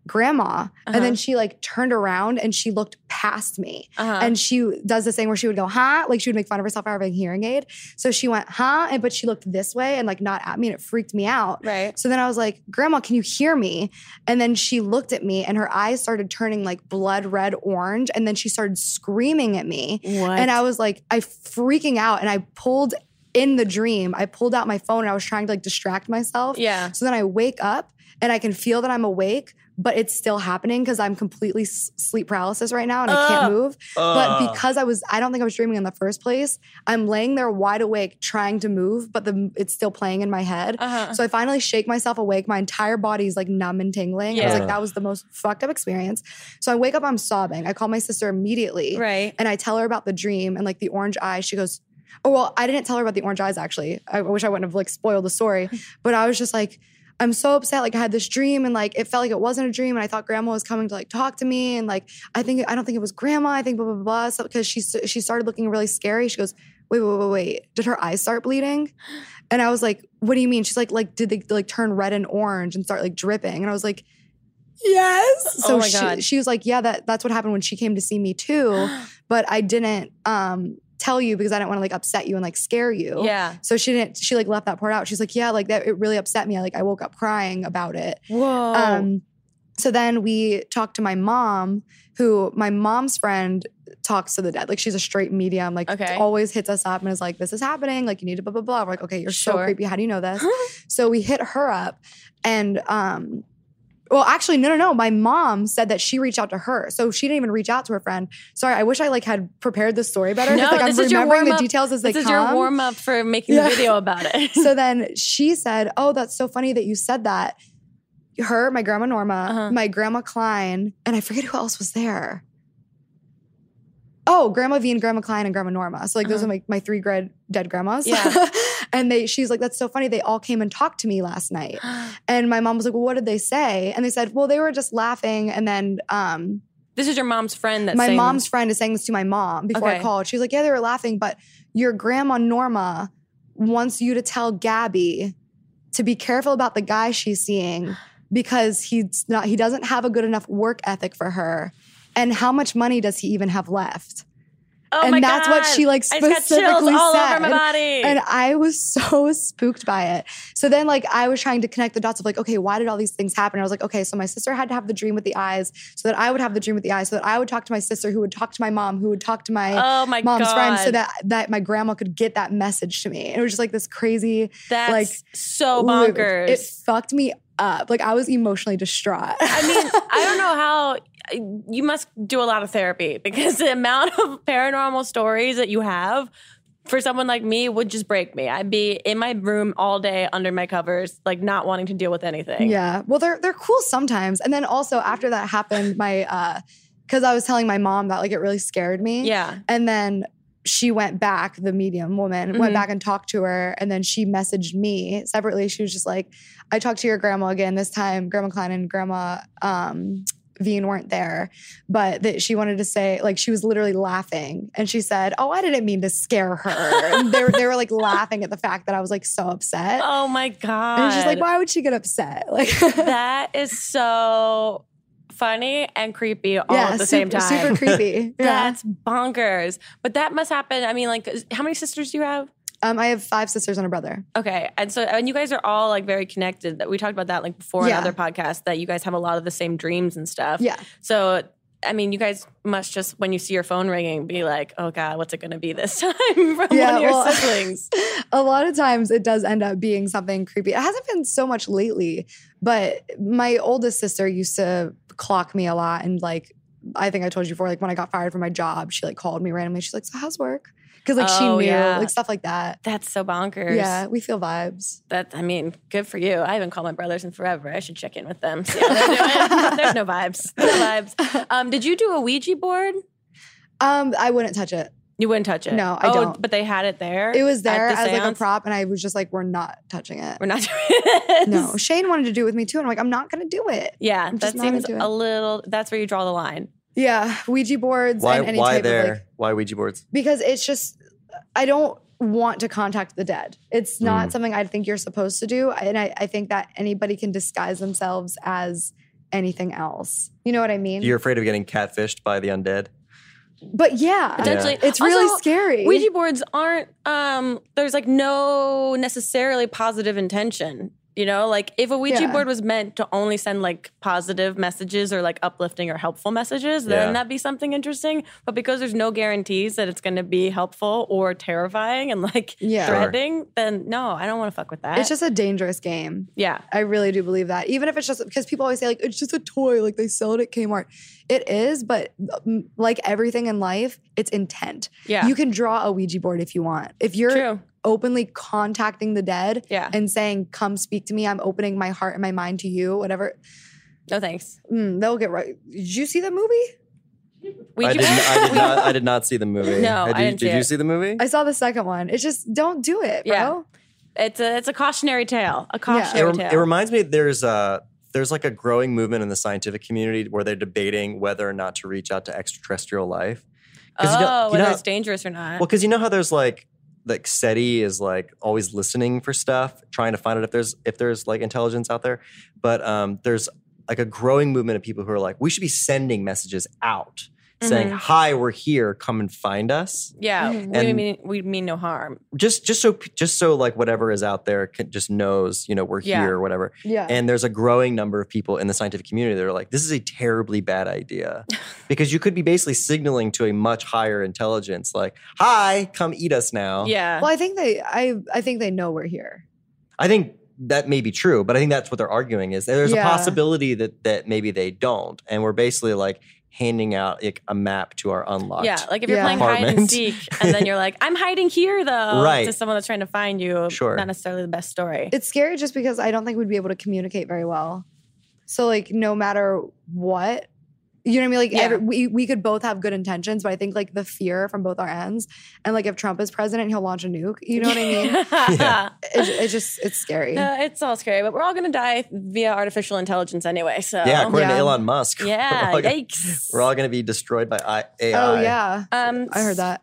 Speaker 4: grandma. And
Speaker 1: Uh-huh.
Speaker 4: then she like turned around and she looked past me.
Speaker 1: uh-huh.
Speaker 4: And she does this thing where she would go, huh? Like she would make fun of herself for having a hearing aid. So she went, huh? And but she looked this way and like not at me. And it freaked me out.
Speaker 1: right.
Speaker 4: So then I was like, Grandma, can you hear me? And then she looked at me and her eyes started turning like blood red orange. And then she started screaming at me.
Speaker 1: What?
Speaker 4: And I was like, I freaking out. And I pulled in the dream, I pulled out my phone and I was trying to like distract myself.
Speaker 1: yeah.
Speaker 4: So then I wake up and I can feel that I'm awake, but it's still happening because I'm completely s- sleep paralysis right now and I
Speaker 1: Ugh.
Speaker 4: can't move. But
Speaker 2: Ugh.
Speaker 4: because I was, I don't think I was dreaming in the first place, I'm laying there wide awake trying to move, but the, it's still playing in my head.
Speaker 1: Uh-huh.
Speaker 4: So I finally shake myself awake. My entire body's like numb and tingling. I
Speaker 1: Yeah.
Speaker 4: was like, that was the most fucked up experience. So I wake up, I'm sobbing. I call my sister immediately.
Speaker 1: right.
Speaker 4: And I tell her about the dream and like the orange eyes. She goes, Oh, well, I didn't tell her about the orange eyes actually. I wish I wouldn't have like spoiled the story. But I was just like, I'm so upset. Like I had this dream and like it felt like it wasn't a dream. And I thought grandma was coming to like talk to me. And like, I think I don't think it was grandma. I think blah, blah, blah, blah. So because she s- she started looking really scary. She goes, Wait, wait, wait, wait. Did her eyes start bleeding? And I was like, What do you mean? She's like, like, did they like turn red and orange and start like dripping? And I was like, Yes. So
Speaker 1: Oh my
Speaker 4: she,
Speaker 1: God.
Speaker 4: she was like, Yeah, that that's what happened when she came to see me too but I didn't um tell you because I didn't want to like upset you and like scare you.
Speaker 1: yeah.
Speaker 4: So she didn't she like left that part out. She's like, "Yeah, like that it really upset me. I like I woke up crying about it."
Speaker 1: Whoa.
Speaker 4: Um so then we talked to my mom, who my mom's friend talks to the dead. Like she's a straight medium, like
Speaker 1: Okay.
Speaker 4: always hits us up and is like, "This is happening. Like you need to blah blah blah." We're like, "Okay, you're so
Speaker 1: Sure.
Speaker 4: creepy. How do you know this?" So we hit her up and um well actually no no no my mom said that she reached out to her so she didn't even reach out to her friend sorry i wish i like had prepared the story better 'cause,
Speaker 1: No,
Speaker 4: like i'm
Speaker 1: this is your
Speaker 4: remembering the
Speaker 1: warm-up.
Speaker 4: details as they
Speaker 1: this is
Speaker 4: come
Speaker 1: your warm up for making
Speaker 4: Yeah.
Speaker 1: the video about it.
Speaker 4: so then she said oh that's so funny that you said that her my grandma norma
Speaker 1: Uh-huh.
Speaker 4: my grandma klein and i forget who else was there Oh, Grandma V and Grandma Klein and Grandma Norma. So like those
Speaker 1: Uh-huh.
Speaker 4: are my, my three grad dead grandmas.
Speaker 1: Yeah.
Speaker 4: and they she's like, that's so funny. They all came and talked to me last night. And my mom was like, well, what did they say? And they said, well, they were just laughing. And then um,
Speaker 1: this is your mom's friend that's
Speaker 4: my
Speaker 1: saying
Speaker 4: mom's friend is saying this to my mom before I
Speaker 1: Okay.
Speaker 4: called. She was like, yeah, they were laughing, but your grandma Norma wants you to tell Gabby to be careful about the guy she's seeing because he's not he doesn't have a good enough work ethic for her. And how much money does he even have left?
Speaker 1: Oh
Speaker 4: and
Speaker 1: my
Speaker 4: that's what
Speaker 1: God.
Speaker 4: she like
Speaker 1: I just got
Speaker 4: specifically
Speaker 1: chills all
Speaker 4: said.
Speaker 1: over my body.
Speaker 4: And I was so spooked by it. So then, like, I was trying to connect the dots of, like, okay, why did all these things happen? I was like, okay, so my sister had to have the dream with the eyes so that I would have the dream with the eyes, so that I would talk to my sister, who would talk to my mom, who would talk to my
Speaker 1: oh my
Speaker 4: mom's
Speaker 1: God.
Speaker 4: friend, so that, that my grandma could get that message to me. And it was just like this crazy,
Speaker 1: that's
Speaker 4: like,
Speaker 1: so
Speaker 4: loop.
Speaker 1: Oh, bonkers.
Speaker 4: It fucked me up. Like, I was emotionally distraught.
Speaker 1: I mean, I don't know how you must do a lot of therapy because the amount of paranormal stories that you have for someone like me would just break me. I'd be in my room all day under my covers, like not wanting to deal with anything.
Speaker 4: Yeah. Well, they're they're cool sometimes. And then also after that happened, my uh because I was telling my mom that like it really scared me.
Speaker 1: Yeah.
Speaker 4: And then she went back, the medium woman
Speaker 1: Mhm.
Speaker 4: went back and talked to her. And then she messaged me separately. She was just like, I talked to your grandma again. This time, Grandma Klein and Grandma um, Veen weren't there, but that she wanted to say, like, she was literally laughing. And she said, Oh, I didn't mean to scare her. and they, were, they were like laughing at the fact that I was like so upset.
Speaker 1: Oh my god.
Speaker 4: and she's like, Why would she get upset? Like,
Speaker 1: that is so funny and creepy all at the same
Speaker 4: super,
Speaker 1: time.
Speaker 4: Super creepy. yeah.
Speaker 1: That's bonkers. But that must happen. I mean, like, how many sisters do you have?
Speaker 4: Um, I have five sisters and a brother.
Speaker 1: Okay. And so, and you guys are all like very connected. That We talked about that like before
Speaker 4: Yeah.
Speaker 1: in other podcasts that you guys have a lot of the same dreams and stuff.
Speaker 4: Yeah.
Speaker 1: So I mean, you guys must just when you see your phone ringing, be like, "Oh God, what's it going to be this time?" from one
Speaker 4: Yeah,
Speaker 1: of your
Speaker 4: well-
Speaker 1: siblings.
Speaker 4: a lot of times it does end up being something creepy. It hasn't been so much lately, but my oldest sister used to clock me a lot and like I think I told you before, like when I got fired from my job, she like called me randomly. She's like, "So how's work?" Because like she
Speaker 1: Oh,
Speaker 4: knew,
Speaker 1: yeah.
Speaker 4: like stuff like that.
Speaker 1: That's so bonkers.
Speaker 4: Yeah, we feel vibes.
Speaker 1: That I mean, good for you. I haven't called my brothers in forever. I should check in with them. See how they're doing. There's no vibes. No vibes. Um, did you do a Ouija board?
Speaker 4: Um, I wouldn't touch it.
Speaker 1: You wouldn't touch it.
Speaker 4: No, I
Speaker 1: oh,
Speaker 4: don't.
Speaker 1: But they had it there.
Speaker 4: It was
Speaker 1: at
Speaker 4: there
Speaker 1: the
Speaker 4: as like a
Speaker 1: seance?
Speaker 4: prop, and I was just like, "We're not touching it."
Speaker 1: We're not doing this.
Speaker 4: No, Shane wanted to do it with me too, and I'm like, "I'm not gonna do it."
Speaker 1: Yeah,
Speaker 4: I'm just
Speaker 1: that
Speaker 4: not
Speaker 1: seems
Speaker 4: into it.
Speaker 1: a little. That's where you draw the line.
Speaker 4: Yeah, Ouija boards
Speaker 2: Why?
Speaker 4: and any
Speaker 2: Why
Speaker 4: type
Speaker 2: there?
Speaker 4: of like
Speaker 2: why Ouija boards?
Speaker 4: because it's just I don't want to contact the dead. It's not
Speaker 2: Hmm.
Speaker 4: something I think you're supposed to do. And I, I think that anybody can disguise themselves as anything else. You know what I mean?
Speaker 2: You're afraid of getting catfished by the undead.
Speaker 4: but yeah,
Speaker 2: Yeah.
Speaker 1: Potentially,
Speaker 4: it's really
Speaker 1: Also,
Speaker 4: scary.
Speaker 1: Ouija boards aren't. Um, there's like no necessarily positive intention. You know, like if a Ouija
Speaker 4: Yeah.
Speaker 1: board was meant to only send like positive messages or like uplifting or helpful messages, then
Speaker 2: Yeah.
Speaker 1: that'd be something interesting. But because there's no guarantees that it's going to be helpful or terrifying and like
Speaker 4: Yeah. Sure.
Speaker 1: threatening, then no, I don't want to fuck with that.
Speaker 4: it's just a dangerous game.
Speaker 1: yeah,
Speaker 4: I really do believe that. Even if it's just because people always say like it's just a toy, like they sell it at Kmart. It is, but mm, like everything in life, it's intent.
Speaker 1: Yeah.
Speaker 4: you can draw a Ouija board if you want. If you're
Speaker 1: True.
Speaker 4: openly contacting the dead,
Speaker 1: Yeah.
Speaker 4: and saying come speak to me, I'm opening my heart and my mind to you, whatever.
Speaker 1: no thanks.
Speaker 4: Mm, they'll get right. Did you see the movie?
Speaker 2: I
Speaker 1: Ouija board-
Speaker 2: did, I did not. I did not see the movie.
Speaker 1: No,
Speaker 2: did,
Speaker 1: I didn't see
Speaker 2: did you
Speaker 1: it.
Speaker 2: see the movie?
Speaker 4: I saw the second one. It's just don't do it, bro.
Speaker 1: Yeah. It's a it's a cautionary tale. A
Speaker 2: it,
Speaker 1: cautionary
Speaker 2: rem-
Speaker 1: tale.
Speaker 2: it reminds me there's a there's like a growing movement in the scientific community where they're debating whether or not to reach out to extraterrestrial life. 'Cause
Speaker 1: oh,
Speaker 2: you know- you
Speaker 1: whether
Speaker 2: know-
Speaker 1: it's dangerous or not.
Speaker 2: Well, because you know how there's like like SETI is like always listening for stuff, trying to find out if there's if there's like intelligence out there. But um, there's like a growing movement of people who are like, we should be sending messages out saying,
Speaker 1: Mhm.
Speaker 2: "Hi, we're here. Come and find us."
Speaker 1: yeah,
Speaker 4: Mhm.
Speaker 1: we
Speaker 2: And-
Speaker 1: mean we mean no harm.
Speaker 2: Just just so just so like whatever is out there can, just knows you know we're
Speaker 1: Yeah.
Speaker 2: here or whatever.
Speaker 4: Yeah.
Speaker 2: And there's a growing number of people in the scientific community that are like, this is a terribly bad idea. because you could be basically signaling to a much higher intelligence, like, hi, come eat us now.
Speaker 1: Yeah.
Speaker 4: well, I think they, I, I think they know we're here.
Speaker 2: I think that may be true, but I think that's what they're arguing is there's
Speaker 4: Yeah.
Speaker 2: a possibility that that maybe they don't. And we're basically like handing out like, a map to our unlocked.
Speaker 1: yeah, like if you're
Speaker 4: Yeah.
Speaker 1: playing hide and
Speaker 2: Apartment.
Speaker 1: seek, and then you're like, "I'm hiding here, though,"
Speaker 2: Right.
Speaker 1: to someone that's trying to find you.
Speaker 2: Sure.
Speaker 1: not necessarily the best story.
Speaker 4: it's scary just because I don't think we'd be able to communicate very well. So like no matter what, you know what I mean? Like
Speaker 1: Yeah.
Speaker 4: every, we we could both have good intentions, but I think like the fear from both our ends, and like if Trump is president, he'll launch a nuke. You know what I mean?
Speaker 2: Yeah.
Speaker 4: It's it's just it's scary.
Speaker 1: Uh, it's all scary, but we're all gonna die via artificial intelligence anyway. So
Speaker 2: Yeah, according to
Speaker 4: uh, Yeah.
Speaker 2: Elon Musk.
Speaker 1: Yeah,
Speaker 2: We're all gonna,
Speaker 1: yikes.
Speaker 2: we're all gonna be destroyed by I- AI.
Speaker 4: oh yeah,
Speaker 1: um,
Speaker 4: I heard that.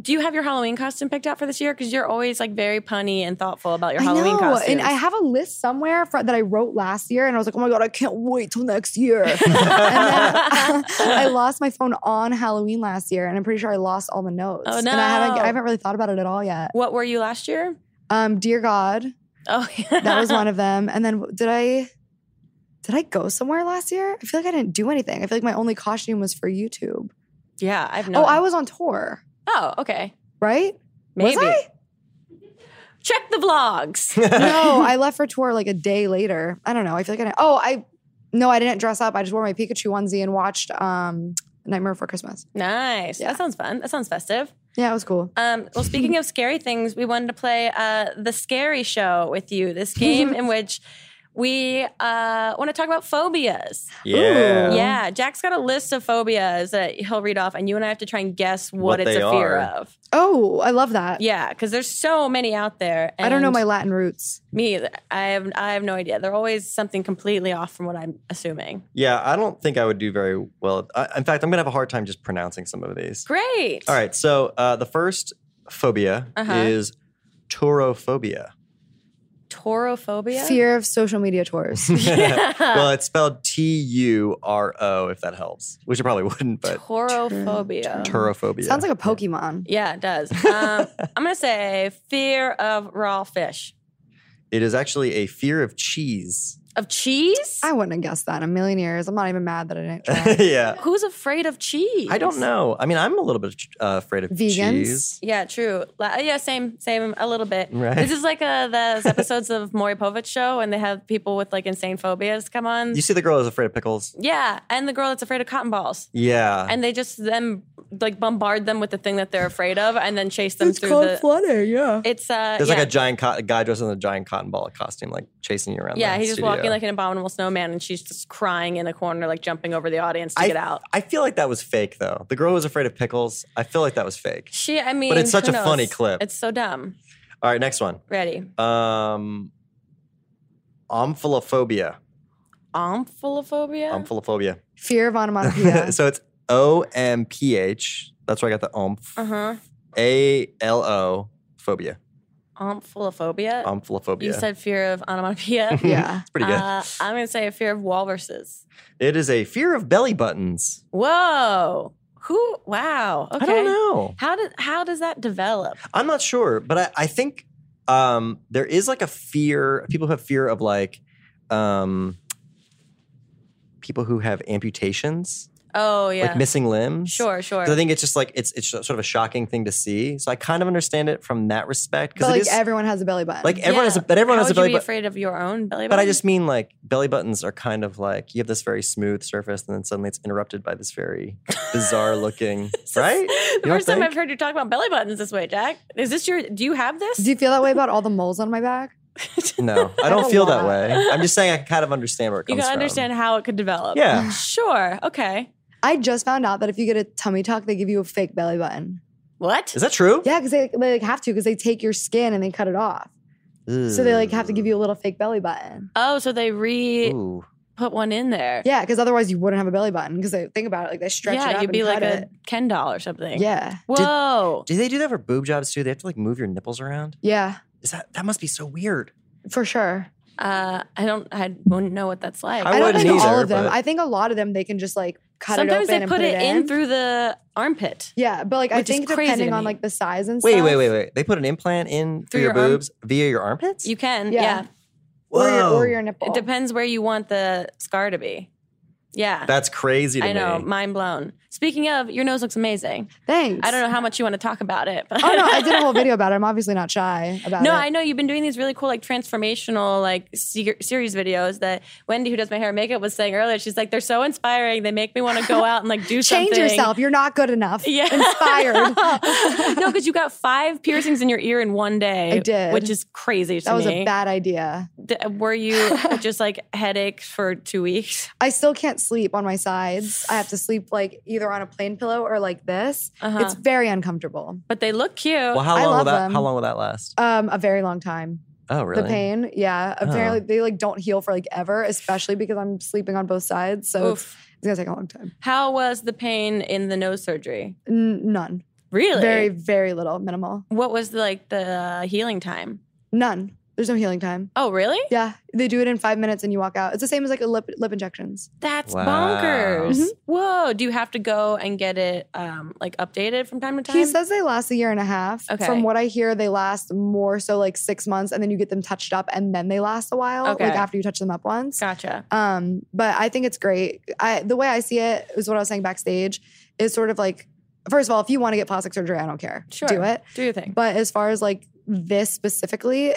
Speaker 1: Do you have your Halloween costume picked out for this year? Because you're always like very punny and thoughtful about your
Speaker 4: I
Speaker 1: Halloween
Speaker 4: know,
Speaker 1: costume.
Speaker 4: and I have a list somewhere for, that I wrote last year, and I was like, oh my god, I can't wait till next year. and then, I lost my phone on Halloween last year, and I'm pretty sure I lost all the notes.
Speaker 1: Oh,
Speaker 4: And I haven't
Speaker 1: no.
Speaker 4: I haven't really thought about it at all yet.
Speaker 1: what were you last year?
Speaker 4: Um, dear God.
Speaker 1: Oh, yeah.
Speaker 4: That was one of them. And then did I did I go somewhere last year? I feel like I didn't do anything. I feel like my only costume was for YouTube.
Speaker 1: Yeah, I've no.
Speaker 4: Oh, I was on tour,
Speaker 1: Oh, okay.
Speaker 4: right?
Speaker 1: Maybe.
Speaker 4: Was I?
Speaker 1: Check the vlogs.
Speaker 4: No, I left for tour like a day later. I don't know. I feel like I didn't, oh I no, I didn't dress up. I just wore my Pikachu onesie and watched um Nightmare Before Christmas.
Speaker 1: nice.
Speaker 4: Yeah.
Speaker 1: That sounds fun. That sounds festive.
Speaker 4: Yeah, it was cool.
Speaker 1: Um, well, speaking of scary things, we wanted to play uh, the scary show with you. This game in which we uh, want to talk about phobias.
Speaker 2: Yeah.
Speaker 4: Ooh.
Speaker 1: Yeah, Jack's got a list of phobias that he'll read off, and you and I have to try and guess what,
Speaker 2: What
Speaker 1: it's
Speaker 2: they
Speaker 1: a fear
Speaker 2: are.
Speaker 1: of.
Speaker 4: Oh, I love that.
Speaker 1: Yeah, because there's so many out there. And
Speaker 4: I don't know my Latin roots.
Speaker 1: me. Either. I have I have no idea. They're always something completely off from what I'm assuming.
Speaker 2: Yeah, I don't think I would do very well. I, in fact, I'm gonna have a hard time just pronouncing some of these.
Speaker 1: Great.
Speaker 2: All right, so uh, the first phobia
Speaker 1: Uh-huh.
Speaker 2: is taurophobia.
Speaker 1: Torophobia.
Speaker 4: Fear of social media tours.
Speaker 2: well, it's spelled T U R O, if that helps, which it probably wouldn't, but
Speaker 1: Torophobia.
Speaker 2: taurophobia.
Speaker 4: Sounds like a Pokemon.
Speaker 1: Yeah, it does. Um, I'm gonna say fear of raw fish.
Speaker 2: it is actually a fear of cheese.
Speaker 1: of cheese?
Speaker 4: I wouldn't have guessed that. A million years. I'm not even mad that I didn't try.
Speaker 2: yeah.
Speaker 1: Who's afraid of cheese?
Speaker 2: I don't know. I mean, I'm a little bit uh, afraid of
Speaker 4: Vegans?
Speaker 2: cheese.
Speaker 1: Yeah, true. La- Yeah, same, same, a little bit.
Speaker 2: Right.
Speaker 1: This is like uh those episodes of Maury Povich show when they have people with like insane phobias come on.
Speaker 2: You see the girl who's afraid of pickles.
Speaker 1: yeah, and the girl that's afraid of cotton balls,
Speaker 2: Yeah.
Speaker 1: and they just them like bombard them with the thing that they're afraid of, and then chase them through the.
Speaker 4: flooding, yeah.
Speaker 1: It's uh,
Speaker 2: There's
Speaker 1: yeah.
Speaker 2: like a giant co- a guy dressed in a giant cotton ball costume, like chasing you around.
Speaker 1: yeah,
Speaker 2: the
Speaker 1: he's just
Speaker 2: studio.
Speaker 1: walking like an abominable snowman, and she's just crying in a corner, like jumping over the audience to
Speaker 2: I,
Speaker 1: get out.
Speaker 2: I feel like that was fake though. The girl who was afraid of pickles. I feel like that was fake.
Speaker 1: She, I mean,
Speaker 2: it's such
Speaker 1: who
Speaker 2: a
Speaker 1: knows?
Speaker 2: funny clip.
Speaker 1: It's so dumb.
Speaker 2: All right, next one.
Speaker 1: Ready?
Speaker 2: Um, omphilophobia.
Speaker 1: Omphilophobia.
Speaker 2: Omphilophobia.
Speaker 4: Fear of onomatopoeia.
Speaker 2: so it's O M P H. That's where I got the omph.
Speaker 1: uh huh.
Speaker 2: A L O phobia.
Speaker 1: Omphilophobia.
Speaker 2: Omphilophobia.
Speaker 1: You said fear of onomatopoeia.
Speaker 4: yeah.
Speaker 2: it's pretty good.
Speaker 1: Uh, I'm going to say a fear of walruses.
Speaker 2: it is a fear of belly buttons.
Speaker 1: Whoa. Who? Wow. Okay.
Speaker 2: I don't know.
Speaker 1: How, did, how does that develop?
Speaker 2: I'm not sure, but I, I think um, there is like a fear. People have fear of like um, people who have amputations,
Speaker 1: Oh, yeah.
Speaker 2: like missing limbs.
Speaker 1: sure, sure.
Speaker 2: 'Cause I think it's just like it's it's sort of a shocking thing to see. So I kind of understand it from that respect
Speaker 4: But
Speaker 2: because
Speaker 4: like
Speaker 2: it is
Speaker 4: everyone has a belly button.
Speaker 2: like everyone has a,
Speaker 1: Yeah.
Speaker 2: but everyone
Speaker 1: how
Speaker 2: has a
Speaker 1: would
Speaker 2: belly
Speaker 1: you be
Speaker 2: button.
Speaker 1: afraid of your own belly button?
Speaker 2: But I just mean like belly buttons are kind of like you have this very smooth surface, and then suddenly it's interrupted by this very bizarre looking, right?
Speaker 1: the
Speaker 2: don't
Speaker 1: first time
Speaker 2: think?
Speaker 1: I've heard you talk about belly buttons this way, Jack. Is this your? Do you have this?
Speaker 4: Do you feel that way about all the moles on my back?
Speaker 2: No, I
Speaker 4: a
Speaker 2: don't feel that
Speaker 4: lot.
Speaker 2: way. I'm just saying I kind of understand where it
Speaker 1: you
Speaker 2: comes
Speaker 1: gotta
Speaker 2: from.
Speaker 1: understand how it could develop.
Speaker 2: Yeah.
Speaker 1: Sure. Okay.
Speaker 4: I just found out that if you get a tummy tuck, they give you a fake belly button.
Speaker 1: What?
Speaker 2: Is that true?
Speaker 4: Yeah, because they, they like have to because they take your skin and they cut it off. So they like have to give you a little fake belly button.
Speaker 1: oh, so they re
Speaker 2: Ooh.
Speaker 1: put one in there.
Speaker 4: Yeah, because otherwise you wouldn't have a belly button because they think about it like they stretch it
Speaker 1: yeah.
Speaker 4: up
Speaker 1: You'd be
Speaker 4: and
Speaker 1: like
Speaker 4: cut
Speaker 1: a Ken doll or something.
Speaker 4: it. Yeah,
Speaker 1: Whoa.
Speaker 2: Do they do that for boob jobs too? They have to like move your nipples around.
Speaker 4: yeah,
Speaker 2: Is that that must be so weird?
Speaker 4: for sure.
Speaker 1: Uh, I don't. I wouldn't know what that's like.
Speaker 2: I
Speaker 4: I, don't
Speaker 2: wouldn't
Speaker 4: think all
Speaker 2: either,
Speaker 4: of them.
Speaker 2: but-
Speaker 4: I think a lot of them they can just like cut
Speaker 1: Sometimes
Speaker 4: it open
Speaker 1: they
Speaker 4: and
Speaker 1: put, it, in,
Speaker 4: in
Speaker 1: through the armpit.
Speaker 4: Yeah, but like I
Speaker 1: Which is
Speaker 4: think
Speaker 1: crazy to
Speaker 4: depending on
Speaker 1: me.
Speaker 4: like the size and
Speaker 2: Wait,
Speaker 4: stuff.
Speaker 2: wait, wait, wait. They put an implant in through,
Speaker 1: Through
Speaker 2: your,
Speaker 1: your arm-
Speaker 2: boobs via your armpits?
Speaker 1: You can, yeah.
Speaker 4: Yeah. Or your, or your nipple.
Speaker 1: It depends where you want the scar to be. Yeah,
Speaker 2: That's crazy to
Speaker 1: I know.
Speaker 2: me.
Speaker 1: Mind blown. Speaking of, your nose looks amazing.
Speaker 4: Thanks.
Speaker 1: I don't know how much you want to talk about it. But
Speaker 4: Oh no, I did a whole video about it. I'm obviously not shy about
Speaker 1: No,
Speaker 4: it.
Speaker 1: I know you've been doing these really cool, like transformational, like se- series videos that Wendy, who does my hair and makeup, was saying earlier. She's like, they're so inspiring. They make me want to go out and like do
Speaker 4: Change
Speaker 1: something.
Speaker 4: yourself. You're not good enough.
Speaker 1: Yeah.
Speaker 4: Inspired.
Speaker 1: no, because you got five piercings in your ear in one day.
Speaker 4: I did.
Speaker 1: which is crazy. To
Speaker 4: That was
Speaker 1: me.
Speaker 4: a bad idea.
Speaker 1: D- were you just like headaches for two weeks?
Speaker 4: I still can't sleep on my sides. I have to sleep like either on a plain pillow or like this.
Speaker 1: Uh-huh.
Speaker 4: It's very uncomfortable.
Speaker 1: but they look cute.
Speaker 2: Well, how long
Speaker 4: I
Speaker 2: will
Speaker 4: love
Speaker 2: that
Speaker 4: them.
Speaker 2: how long will that last?
Speaker 4: Um, a very long time.
Speaker 2: Oh really?
Speaker 4: The pain, yeah.
Speaker 2: Oh.
Speaker 4: Apparently, they like don't heal for like ever, especially because I'm sleeping on both sides. So it's,
Speaker 1: Oof.
Speaker 4: it's gonna take a long time.
Speaker 1: How was the pain in the nose surgery?
Speaker 4: N- none.
Speaker 1: Really?
Speaker 4: Very, very little, minimal.
Speaker 1: What was like the uh, healing time?
Speaker 4: None. There's no healing time.
Speaker 1: Oh, really?
Speaker 4: Yeah, they do it in five minutes and you walk out. It's the same as like a lip lip injections.
Speaker 1: That's
Speaker 2: Wow.
Speaker 1: bonkers.
Speaker 2: Mhm.
Speaker 4: Mm-hmm.
Speaker 1: Whoa. Do you have to go and get it um, like updated from time to time?
Speaker 4: He says they last a year and a half.
Speaker 1: Okay.
Speaker 4: From what I hear, they last more so like six months, and then you get them touched up, and then they last a while.
Speaker 1: Okay.
Speaker 4: Like after you touch them up once.
Speaker 1: gotcha.
Speaker 4: Um, but I think it's great. I the way I see it is what I was saying backstage is sort of like first of all, if you want to get plastic surgery, I don't care.
Speaker 1: Sure.
Speaker 4: Do it.
Speaker 1: Do your thing.
Speaker 4: But as far as like this specifically,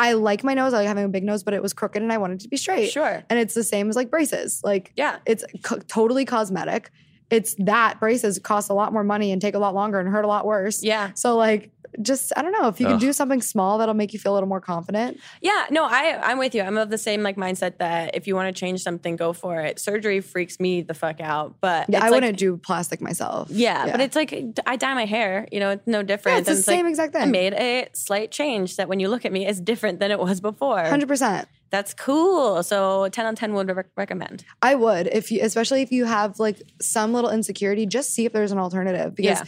Speaker 4: I like my nose. I like having a big nose, but it was crooked and I wanted it to be straight.
Speaker 1: Sure.
Speaker 4: And it's the same as like braces. Like
Speaker 1: Yeah.
Speaker 4: it's co- totally cosmetic. It's that braces cost a lot more money and take a lot longer and hurt a lot worse.
Speaker 1: Yeah.
Speaker 4: So like just I don't know if you can
Speaker 2: Ugh.
Speaker 4: do something small that'll make you feel a little more confident.
Speaker 1: Yeah, no, I I'm with you. I'm of the same like mindset that if you want to change something, go for it. Surgery freaks me the fuck out, but it's
Speaker 4: Yeah, I
Speaker 1: like-
Speaker 4: wouldn't do plastic myself.
Speaker 1: Yeah, but it's like I dye my hair. You know, it's no different.
Speaker 4: yeah, it's the
Speaker 1: And
Speaker 4: same
Speaker 1: like,
Speaker 4: exact
Speaker 1: I
Speaker 4: thing.
Speaker 1: made a slight change that when you look at me is different than it was before.
Speaker 4: Hundred percent.
Speaker 1: That's cool. So ten on ten would rec- recommend.
Speaker 4: I would if you, especially if you have like some little insecurity, just see if there's an alternative because
Speaker 1: Yeah.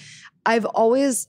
Speaker 4: I've always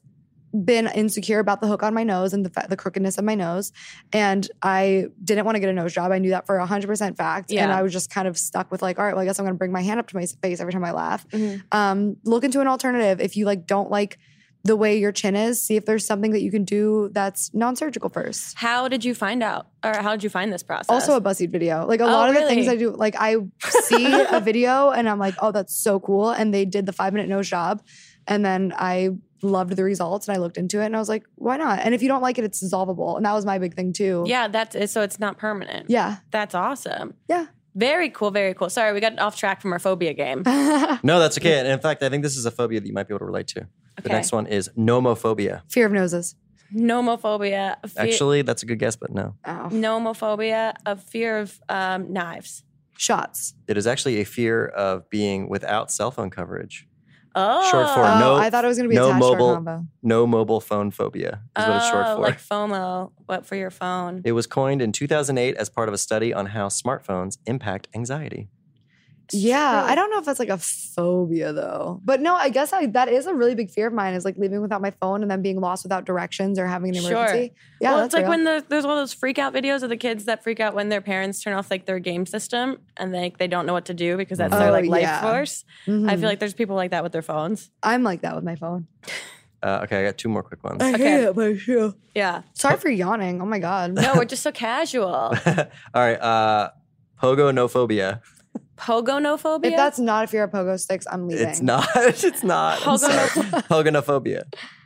Speaker 4: been insecure about the hook on my nose and the fa- the crookedness of my nose, and I didn't want to get a nose job. I knew that for hundred percent fact, and
Speaker 1: Yeah.
Speaker 4: I was just kind of stuck with like, all right, well, I guess Mm-hmm. I'm going to bring my hand up to my face every time I laugh. Um, look into an alternative if you like don't like the way your chin is, see if there's something that you can do that's non-surgical first.
Speaker 1: How did you find out, or how did you find this process?
Speaker 4: Also a BuzzFeed video. Like a lot of the
Speaker 1: Oh, really?
Speaker 4: things I do, like I see a video and I'm like, oh, that's so cool. And they did the five minute nose job. And then I loved the results and I looked into it and I was like, why not? And if you don't like it, it's dissolvable. And that was my big thing too.
Speaker 1: yeah, that's it. so it's not permanent.
Speaker 4: Yeah.
Speaker 1: That's awesome.
Speaker 4: Yeah.
Speaker 1: Very cool, very cool. Sorry, we got off track from our phobia
Speaker 4: Uh-huh.
Speaker 1: game.
Speaker 2: No, that's okay. And in fact, I think this is a phobia that you might be able to relate to. The
Speaker 1: Okay.
Speaker 2: next one is nomophobia.
Speaker 4: Fear of noses.
Speaker 1: Nomophobia. a fe-
Speaker 2: Actually, that's a good guess, but no.
Speaker 4: Oh.
Speaker 1: Nomophobia, a fear of um, knives.
Speaker 4: Shots.
Speaker 2: It is actually a fear of being without cell phone coverage.
Speaker 1: Oh.
Speaker 2: Short for
Speaker 4: oh,
Speaker 2: no-
Speaker 4: I thought it was going to be
Speaker 2: no
Speaker 4: attached to
Speaker 2: mobile-
Speaker 4: our combo.
Speaker 2: No mobile phone phobia is what it's short
Speaker 1: Oh,
Speaker 2: for.
Speaker 1: Like FOMO, but for your phone.
Speaker 2: it was coined in 2008 as part of a study on how smartphones impact anxiety.
Speaker 4: Yeah,
Speaker 1: true.
Speaker 4: I don't know if that's like a phobia though, but no, I guess I that is a really big fear of mine is like leaving without my phone and then being lost without directions or having an
Speaker 1: Sure.
Speaker 4: emergency. Yeah,
Speaker 1: well,
Speaker 4: that's
Speaker 1: it's like
Speaker 4: real.
Speaker 1: when the, there's all those freak out videos of the kids that freak out when their parents turn off like their game system and like they don't know what to do because that's their
Speaker 4: Oh,
Speaker 1: like life
Speaker 4: yeah.
Speaker 1: force. I
Speaker 4: Mhm.
Speaker 1: feel like there's people like that with their phones.
Speaker 4: I'm like that with my phone.
Speaker 2: Uh, okay, I got two more quick ones.
Speaker 1: hate Okay.
Speaker 4: it, but sure.
Speaker 1: Yeah.
Speaker 4: Sorry for yawning. Oh my god.
Speaker 1: No, we're just so casual.
Speaker 2: All right, uh, pogonophobia.
Speaker 1: Pogonophobia.
Speaker 4: If that's not a fear of pogo sticks, I'm leaving.
Speaker 2: It's not. It's not. I'm sorry. Pogonophobia,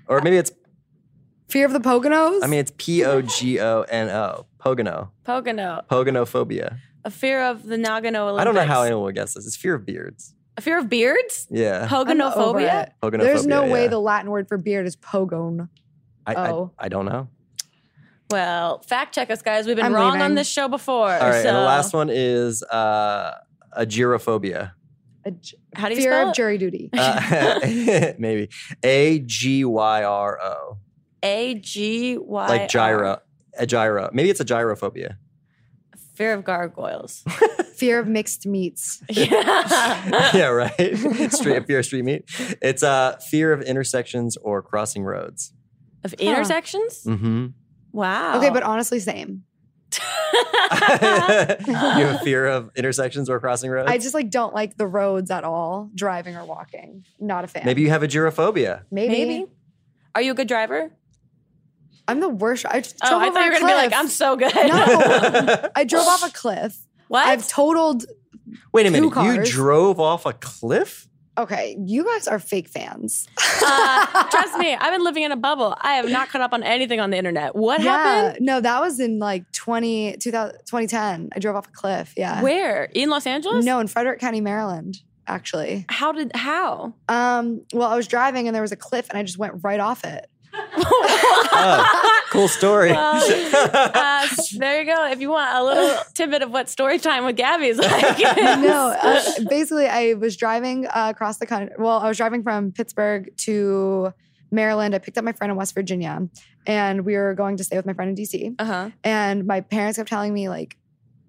Speaker 2: or maybe it's.
Speaker 4: fear of the pogonos.
Speaker 2: I mean, it's P O G O N O. Pogono.
Speaker 1: Pogono.
Speaker 2: Pogonophobia.
Speaker 1: A fear of the Nagano Olympics.
Speaker 2: I Uh, don't know how anyone would guess this. It's fear of beards.
Speaker 1: A fear of beards?
Speaker 2: Yeah.
Speaker 4: I'm over
Speaker 1: Pogonophobia?
Speaker 4: it.
Speaker 2: Pogonophobia.
Speaker 4: There's no way
Speaker 2: yeah.
Speaker 4: the Latin word for beard is pogone.
Speaker 2: I, I,
Speaker 4: oh.
Speaker 2: I don't know.
Speaker 1: Well, fact check us, guys. We've been
Speaker 4: I'm
Speaker 1: wrong on
Speaker 4: leaving.
Speaker 1: this show before.
Speaker 2: All right,
Speaker 1: so
Speaker 2: and the last one is uh, agyrophobia.
Speaker 4: A j-
Speaker 1: How do you
Speaker 4: fear
Speaker 1: spell
Speaker 4: of
Speaker 1: it?
Speaker 4: jury duty.
Speaker 2: Uh, maybe A G Y R O,
Speaker 1: A G Y.
Speaker 4: uh,
Speaker 2: like gyro, a gyro. Maybe it's a gyrophobia.
Speaker 1: Fear of gargoyles.
Speaker 4: fear of mixed meats.
Speaker 1: yeah.
Speaker 2: yeah, right. street, fear of street meat. It's uh, fear of intersections or crossing roads.
Speaker 1: Of intersections?
Speaker 2: Mm-hmm.
Speaker 1: Wow.
Speaker 4: Okay, but honestly, same.
Speaker 2: you have fear of intersections or crossing roads.
Speaker 4: I just like don't like the roads at all, driving or walking. Not a fan.
Speaker 2: Maybe you have a gyrophobia.
Speaker 4: Maybe.
Speaker 1: Maybe. Are you a good driver?
Speaker 4: I'm the worst. I just
Speaker 1: Oh,
Speaker 4: drove
Speaker 1: I
Speaker 4: over
Speaker 1: thought you
Speaker 4: a
Speaker 1: were going to be like,
Speaker 4: cliff.
Speaker 1: I'm so good.
Speaker 4: No. I drove off a cliff.
Speaker 1: what?
Speaker 4: I've totaled.
Speaker 2: Wait a
Speaker 4: Two
Speaker 2: minute. You
Speaker 4: cars.
Speaker 2: drove off a cliff?
Speaker 4: Okay, you guys are fake fans.
Speaker 1: uh, trust me, I've been living in a bubble. I have not caught up on anything on the internet. What happened?
Speaker 4: No, that was in like 20, 2000, 2010. I drove off a cliff. Yeah.
Speaker 1: Where? In Los Angeles?
Speaker 4: No, in Frederick County, Maryland, actually.
Speaker 1: How did, how?
Speaker 4: Um, well, I was driving and there was a cliff and I just went right off it.
Speaker 2: Oh, cool story.
Speaker 1: Well, uh, there you go. If you want a little tidbit of what story time with Gabby is like.
Speaker 4: no, uh, basically, I was driving uh, across the country. Well, I was driving from Pittsburgh to Maryland. I picked up my friend in West Virginia, and we were going to stay with my friend in DC.
Speaker 1: Uh-huh.
Speaker 4: And my parents kept telling me, like,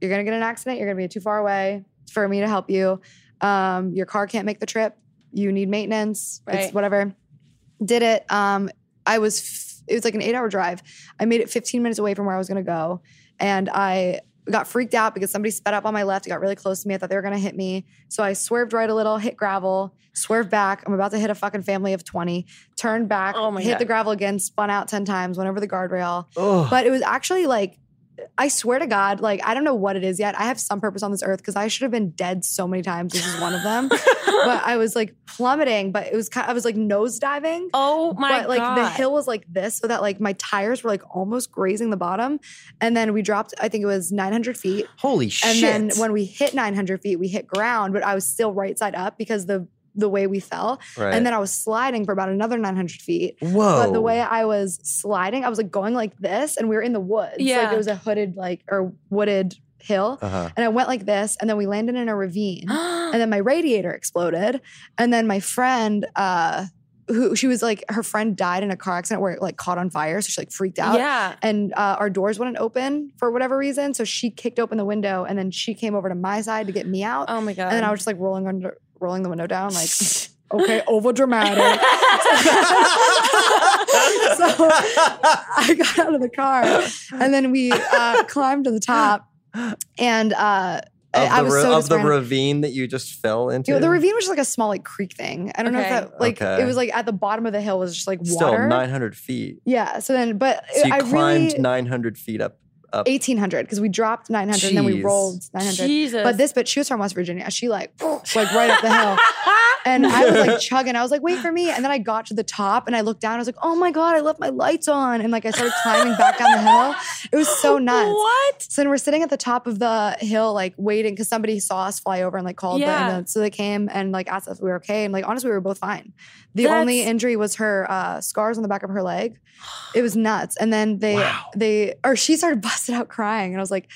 Speaker 4: you're gonna get in an accident. You're gonna be too far away for me to help you. Um, your car can't make the trip. You need maintenance.
Speaker 1: Right.
Speaker 4: It's whatever. Did it. Um, I was. F- it was like an eight-hour drive. I made it 15 minutes away from where I was gonna go, and I got freaked out because somebody sped up on my left. It got really close to me. I thought they were gonna hit me, so I swerved right a little, hit gravel, swerved back. I'm about to hit a fucking family of 20. Turned back,
Speaker 1: Oh my
Speaker 4: hit
Speaker 1: God.
Speaker 4: the gravel again, spun out 10 times, went over the guardrail
Speaker 2: Oh.
Speaker 4: but it was actually like I swear to God, like I don't know what it is yet. I have some purpose on this earth because I should have been dead so many times. This is one of them. but I was like plummeting, but it was kind I was like nose diving.
Speaker 1: Oh my
Speaker 4: but like
Speaker 1: god.
Speaker 4: the hill was like this, so that like my tires were like almost grazing the bottom. And then we dropped, I think it was 900 feet.
Speaker 2: Holy
Speaker 4: And
Speaker 2: shit.
Speaker 4: then when we hit 900 feet, we hit ground, but I was still right side up because the the way we fell.
Speaker 2: right.
Speaker 4: And then I was sliding for about another 900 feet.
Speaker 2: Whoa.
Speaker 4: But the way I was sliding, I was like going like this, and we were in the woods.
Speaker 1: Yeah.
Speaker 4: Like it was a hooded, like, or wooded hill.
Speaker 2: uh-huh.
Speaker 4: And I went like this, and then we landed in a ravine. and then my radiator exploded. And then my friend, uh, who she was like, her friend died in a car accident where it like caught on fire. So she like freaked out.
Speaker 1: yeah.
Speaker 4: And uh, our doors wouldn't open for whatever reason. So she kicked open the window, and then she came over to my side to get me out.
Speaker 1: Oh my god.
Speaker 4: and then I was just like rolling under, rolling the window down, like, okay, over dramatic. so I got out of the car and then we uh, climbed to the top and uh, I,
Speaker 5: of
Speaker 4: I
Speaker 5: the,
Speaker 4: was
Speaker 5: ra-
Speaker 4: so
Speaker 5: of the
Speaker 4: disoriented.
Speaker 5: ravine that you just fell into.
Speaker 4: You know, the ravine was just like a small like creek thing. I don't know
Speaker 1: Okay.
Speaker 4: if that like
Speaker 5: Okay.
Speaker 4: it was like at the bottom of the hill was just like
Speaker 5: Still
Speaker 4: water.
Speaker 5: 900 feet.
Speaker 4: yeah. So then, but
Speaker 5: So you
Speaker 4: I
Speaker 5: climbed
Speaker 4: really
Speaker 5: 900 feet up. up.
Speaker 4: eighteen hundred because we dropped nine hundred and then we
Speaker 5: Jeez.
Speaker 4: rolled nine hundred.
Speaker 1: Jesus.
Speaker 4: But this bitch, she was from West Virginia. She like like right up the hill. And I was like chugging. I was like, wait for me. And then I got to the top and I looked down. I was like, oh my God, I left my lights on. And like I started climbing back down the hill. It was so nuts.
Speaker 1: What?
Speaker 4: So then we're sitting at the top of the hill, like waiting, because somebody saw us fly over and like called
Speaker 1: Yeah.
Speaker 4: them. And so they came and like asked if we were okay. And like honestly, we were both fine. The only
Speaker 1: That's-
Speaker 4: injury was her uh, scars on the back of her leg. It was nuts. And then they
Speaker 2: Wow.
Speaker 4: they or she started busted out crying, and I was like.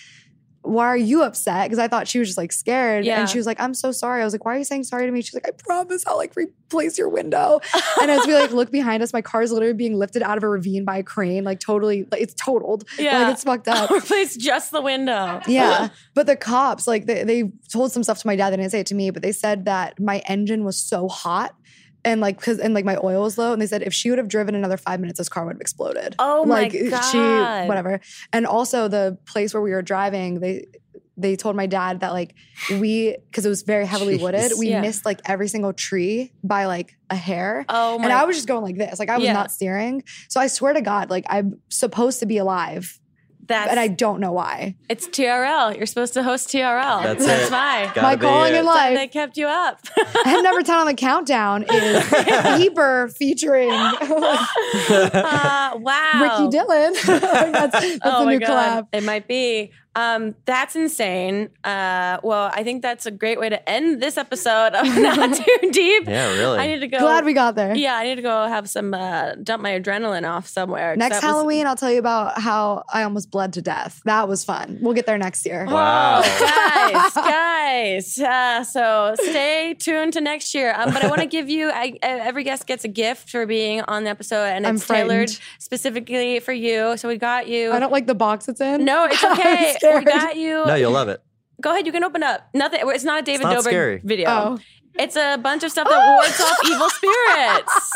Speaker 4: Why are you upset? Because I thought she was just like scared.
Speaker 1: Yeah.
Speaker 4: And she was like, I'm so sorry. I was like, Why are you saying sorry to me? She's like, I promise I'll like replace your window. and as we like look behind us, my car is literally being lifted out of a ravine by a crane, like totally, like it's totaled.
Speaker 1: Yeah.
Speaker 4: Like it's fucked up.
Speaker 1: Replace just the window.
Speaker 4: Oh. Yeah. But the cops, like they, they told some stuff to my dad. They didn't say it to me, but they said that my engine was so hot and like cause and like my oil was low. And they said if she would have driven another five minutes, this car would have exploded.
Speaker 1: Oh my
Speaker 4: like
Speaker 1: God.
Speaker 4: she whatever. And also the place where we were driving, they they told my dad that like we because it was very heavily
Speaker 5: Jeez.
Speaker 4: wooded, we
Speaker 1: Yeah.
Speaker 4: missed like every single tree by like a hair.
Speaker 1: Oh my
Speaker 4: and I was just going like this. Like I was
Speaker 1: Yeah.
Speaker 4: not steering. So I swear to God, like I'm supposed to be alive.
Speaker 1: that's
Speaker 4: and I don't know why.
Speaker 1: it's TRL. You're supposed to host TRL.
Speaker 5: That's
Speaker 1: that's
Speaker 5: it.
Speaker 1: why.
Speaker 5: Gotta
Speaker 4: My
Speaker 5: be
Speaker 4: calling
Speaker 5: it.
Speaker 4: in life.
Speaker 1: They kept you up.
Speaker 4: And number 10 on the countdown is Bieber featuring
Speaker 1: Uh, wow.
Speaker 4: Ricky Dillon. that's that's
Speaker 1: oh
Speaker 4: a
Speaker 1: my
Speaker 4: new
Speaker 1: God.
Speaker 4: collab.
Speaker 1: It might be. Um, that's insane. Uh, well, I think that's a great way to end this episode of Not Too Deep.
Speaker 5: Yeah, really.
Speaker 1: I need to go.
Speaker 4: Glad we got there.
Speaker 1: Yeah, I need to go have some uh, dump my adrenaline off somewhere. 'cause
Speaker 4: Next
Speaker 1: that was-
Speaker 4: Halloween, I'll tell you about how I almost bled to death. That was fun. We'll get there next year.
Speaker 5: Wow.
Speaker 1: guys, guys. Uh, so stay tuned to next year. Um, but I want to give you I, I- every guest gets a gift for being on the episode, and
Speaker 4: I'm
Speaker 1: it's tailored
Speaker 4: frightened.
Speaker 1: specifically for you. So we got you.
Speaker 4: I don't like the box it's in.
Speaker 1: no, it's
Speaker 4: I'm
Speaker 1: okay. We
Speaker 4: scared.
Speaker 1: got you.
Speaker 5: no, you'll love it.
Speaker 1: Go ahead. You can open up. Nothing. It's not a David
Speaker 5: not
Speaker 1: Dobrik
Speaker 5: scary.
Speaker 1: video.
Speaker 4: Oh.
Speaker 1: It's a bunch of stuff that wards off evil spirits.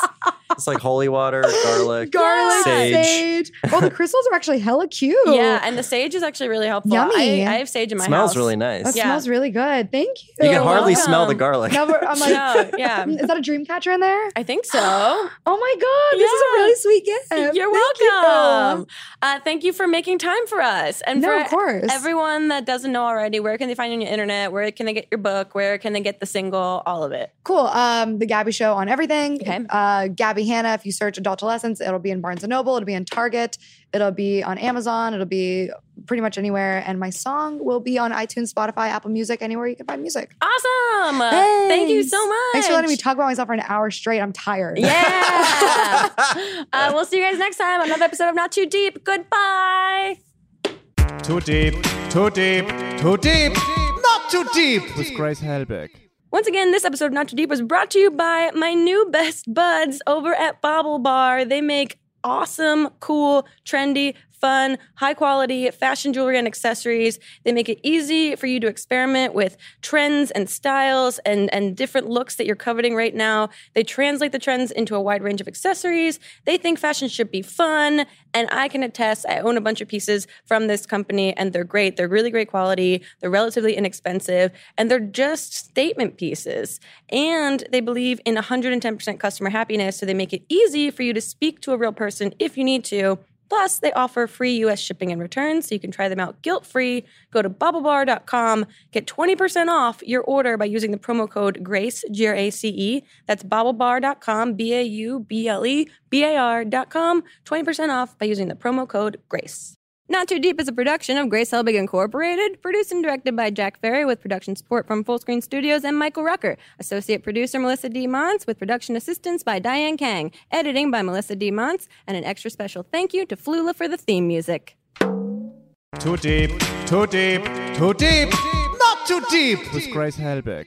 Speaker 5: It's like holy water, garlic.
Speaker 4: Garlic,
Speaker 5: Sage.
Speaker 4: sage. Oh, the crystals are actually hella cute.
Speaker 1: Yeah, and the sage is actually really helpful.
Speaker 4: Yummy.
Speaker 1: I, I have sage in my
Speaker 5: Smells
Speaker 1: house.
Speaker 5: really nice.
Speaker 4: That
Speaker 1: Yeah.
Speaker 4: smells really good. Thank you.
Speaker 5: You can hardly
Speaker 1: welcome.
Speaker 5: smell the garlic.
Speaker 4: Now we're- I'm like,
Speaker 1: No, yeah.
Speaker 4: is that a dream catcher in there?
Speaker 1: I think so.
Speaker 4: Oh my God, this is
Speaker 1: Yeah.
Speaker 4: a really sweet gift.
Speaker 1: You're
Speaker 4: Thank you.
Speaker 1: welcome. Uh, thank you for making time for us. And
Speaker 4: No,
Speaker 1: for
Speaker 4: of course.
Speaker 1: everyone that doesn't know already, where can they find you on your internet? Where can they get your book? Where can they get the single? All of it.
Speaker 4: Cool. Um, the Gabby Show on everything.
Speaker 1: Okay.
Speaker 4: Uh, Gabby Hanna. If you search Adult Adolescence, it'll be in Barnes and Noble. It'll be in Target. It'll be on Amazon. It'll be pretty much anywhere. And my song will be on iTunes, Spotify, Apple Music, anywhere you can find music.
Speaker 1: Awesome. Uh, Thank you so much.
Speaker 4: Thanks for letting me talk about myself for an hour straight. I'm tired.
Speaker 1: Yeah. uh, we'll see you guys next time on another episode of Not Too Deep. Goodbye.
Speaker 6: Too deep, too deep, too deep, not too deep with Grace Helbig.
Speaker 1: Once again, this episode of Not Too Deep was brought to you by my new best buds over at Bobble Bar. They make awesome, cool, trendy, fun, high quality fashion jewelry and accessories. They make it easy for you to experiment with trends and styles and, and different looks that you're coveting right now. They translate the trends into a wide range of accessories. They think fashion should be fun. And I can attest, I own a bunch of pieces from this company and they're great. They're really great quality. They're relatively inexpensive and they're just statement pieces. And they believe in 110% customer happiness. So they make it easy for you to speak to a real person if you need to. Plus, they offer free US shipping and returns, so you can try them out guilt free. Go to bobblebar.com, get 20% off your order by using the promo code GRACE, G R A C E. That's bobblebar.com, B A U B L E B A R.com, 20% off by using the promo code GRACE. Not Too Deep is a production of Grace Helbig Incorporated, produced and directed by Jack Ferry with production support from Full Screen Studios and Michael Rucker, associate producer Melissa D. Monts with production assistance by Diane Kang, editing by Melissa D. Monts, and an extra special thank you to Flula for the theme music.
Speaker 6: Too deep, too deep, too deep, not too deep with Grace Helbig.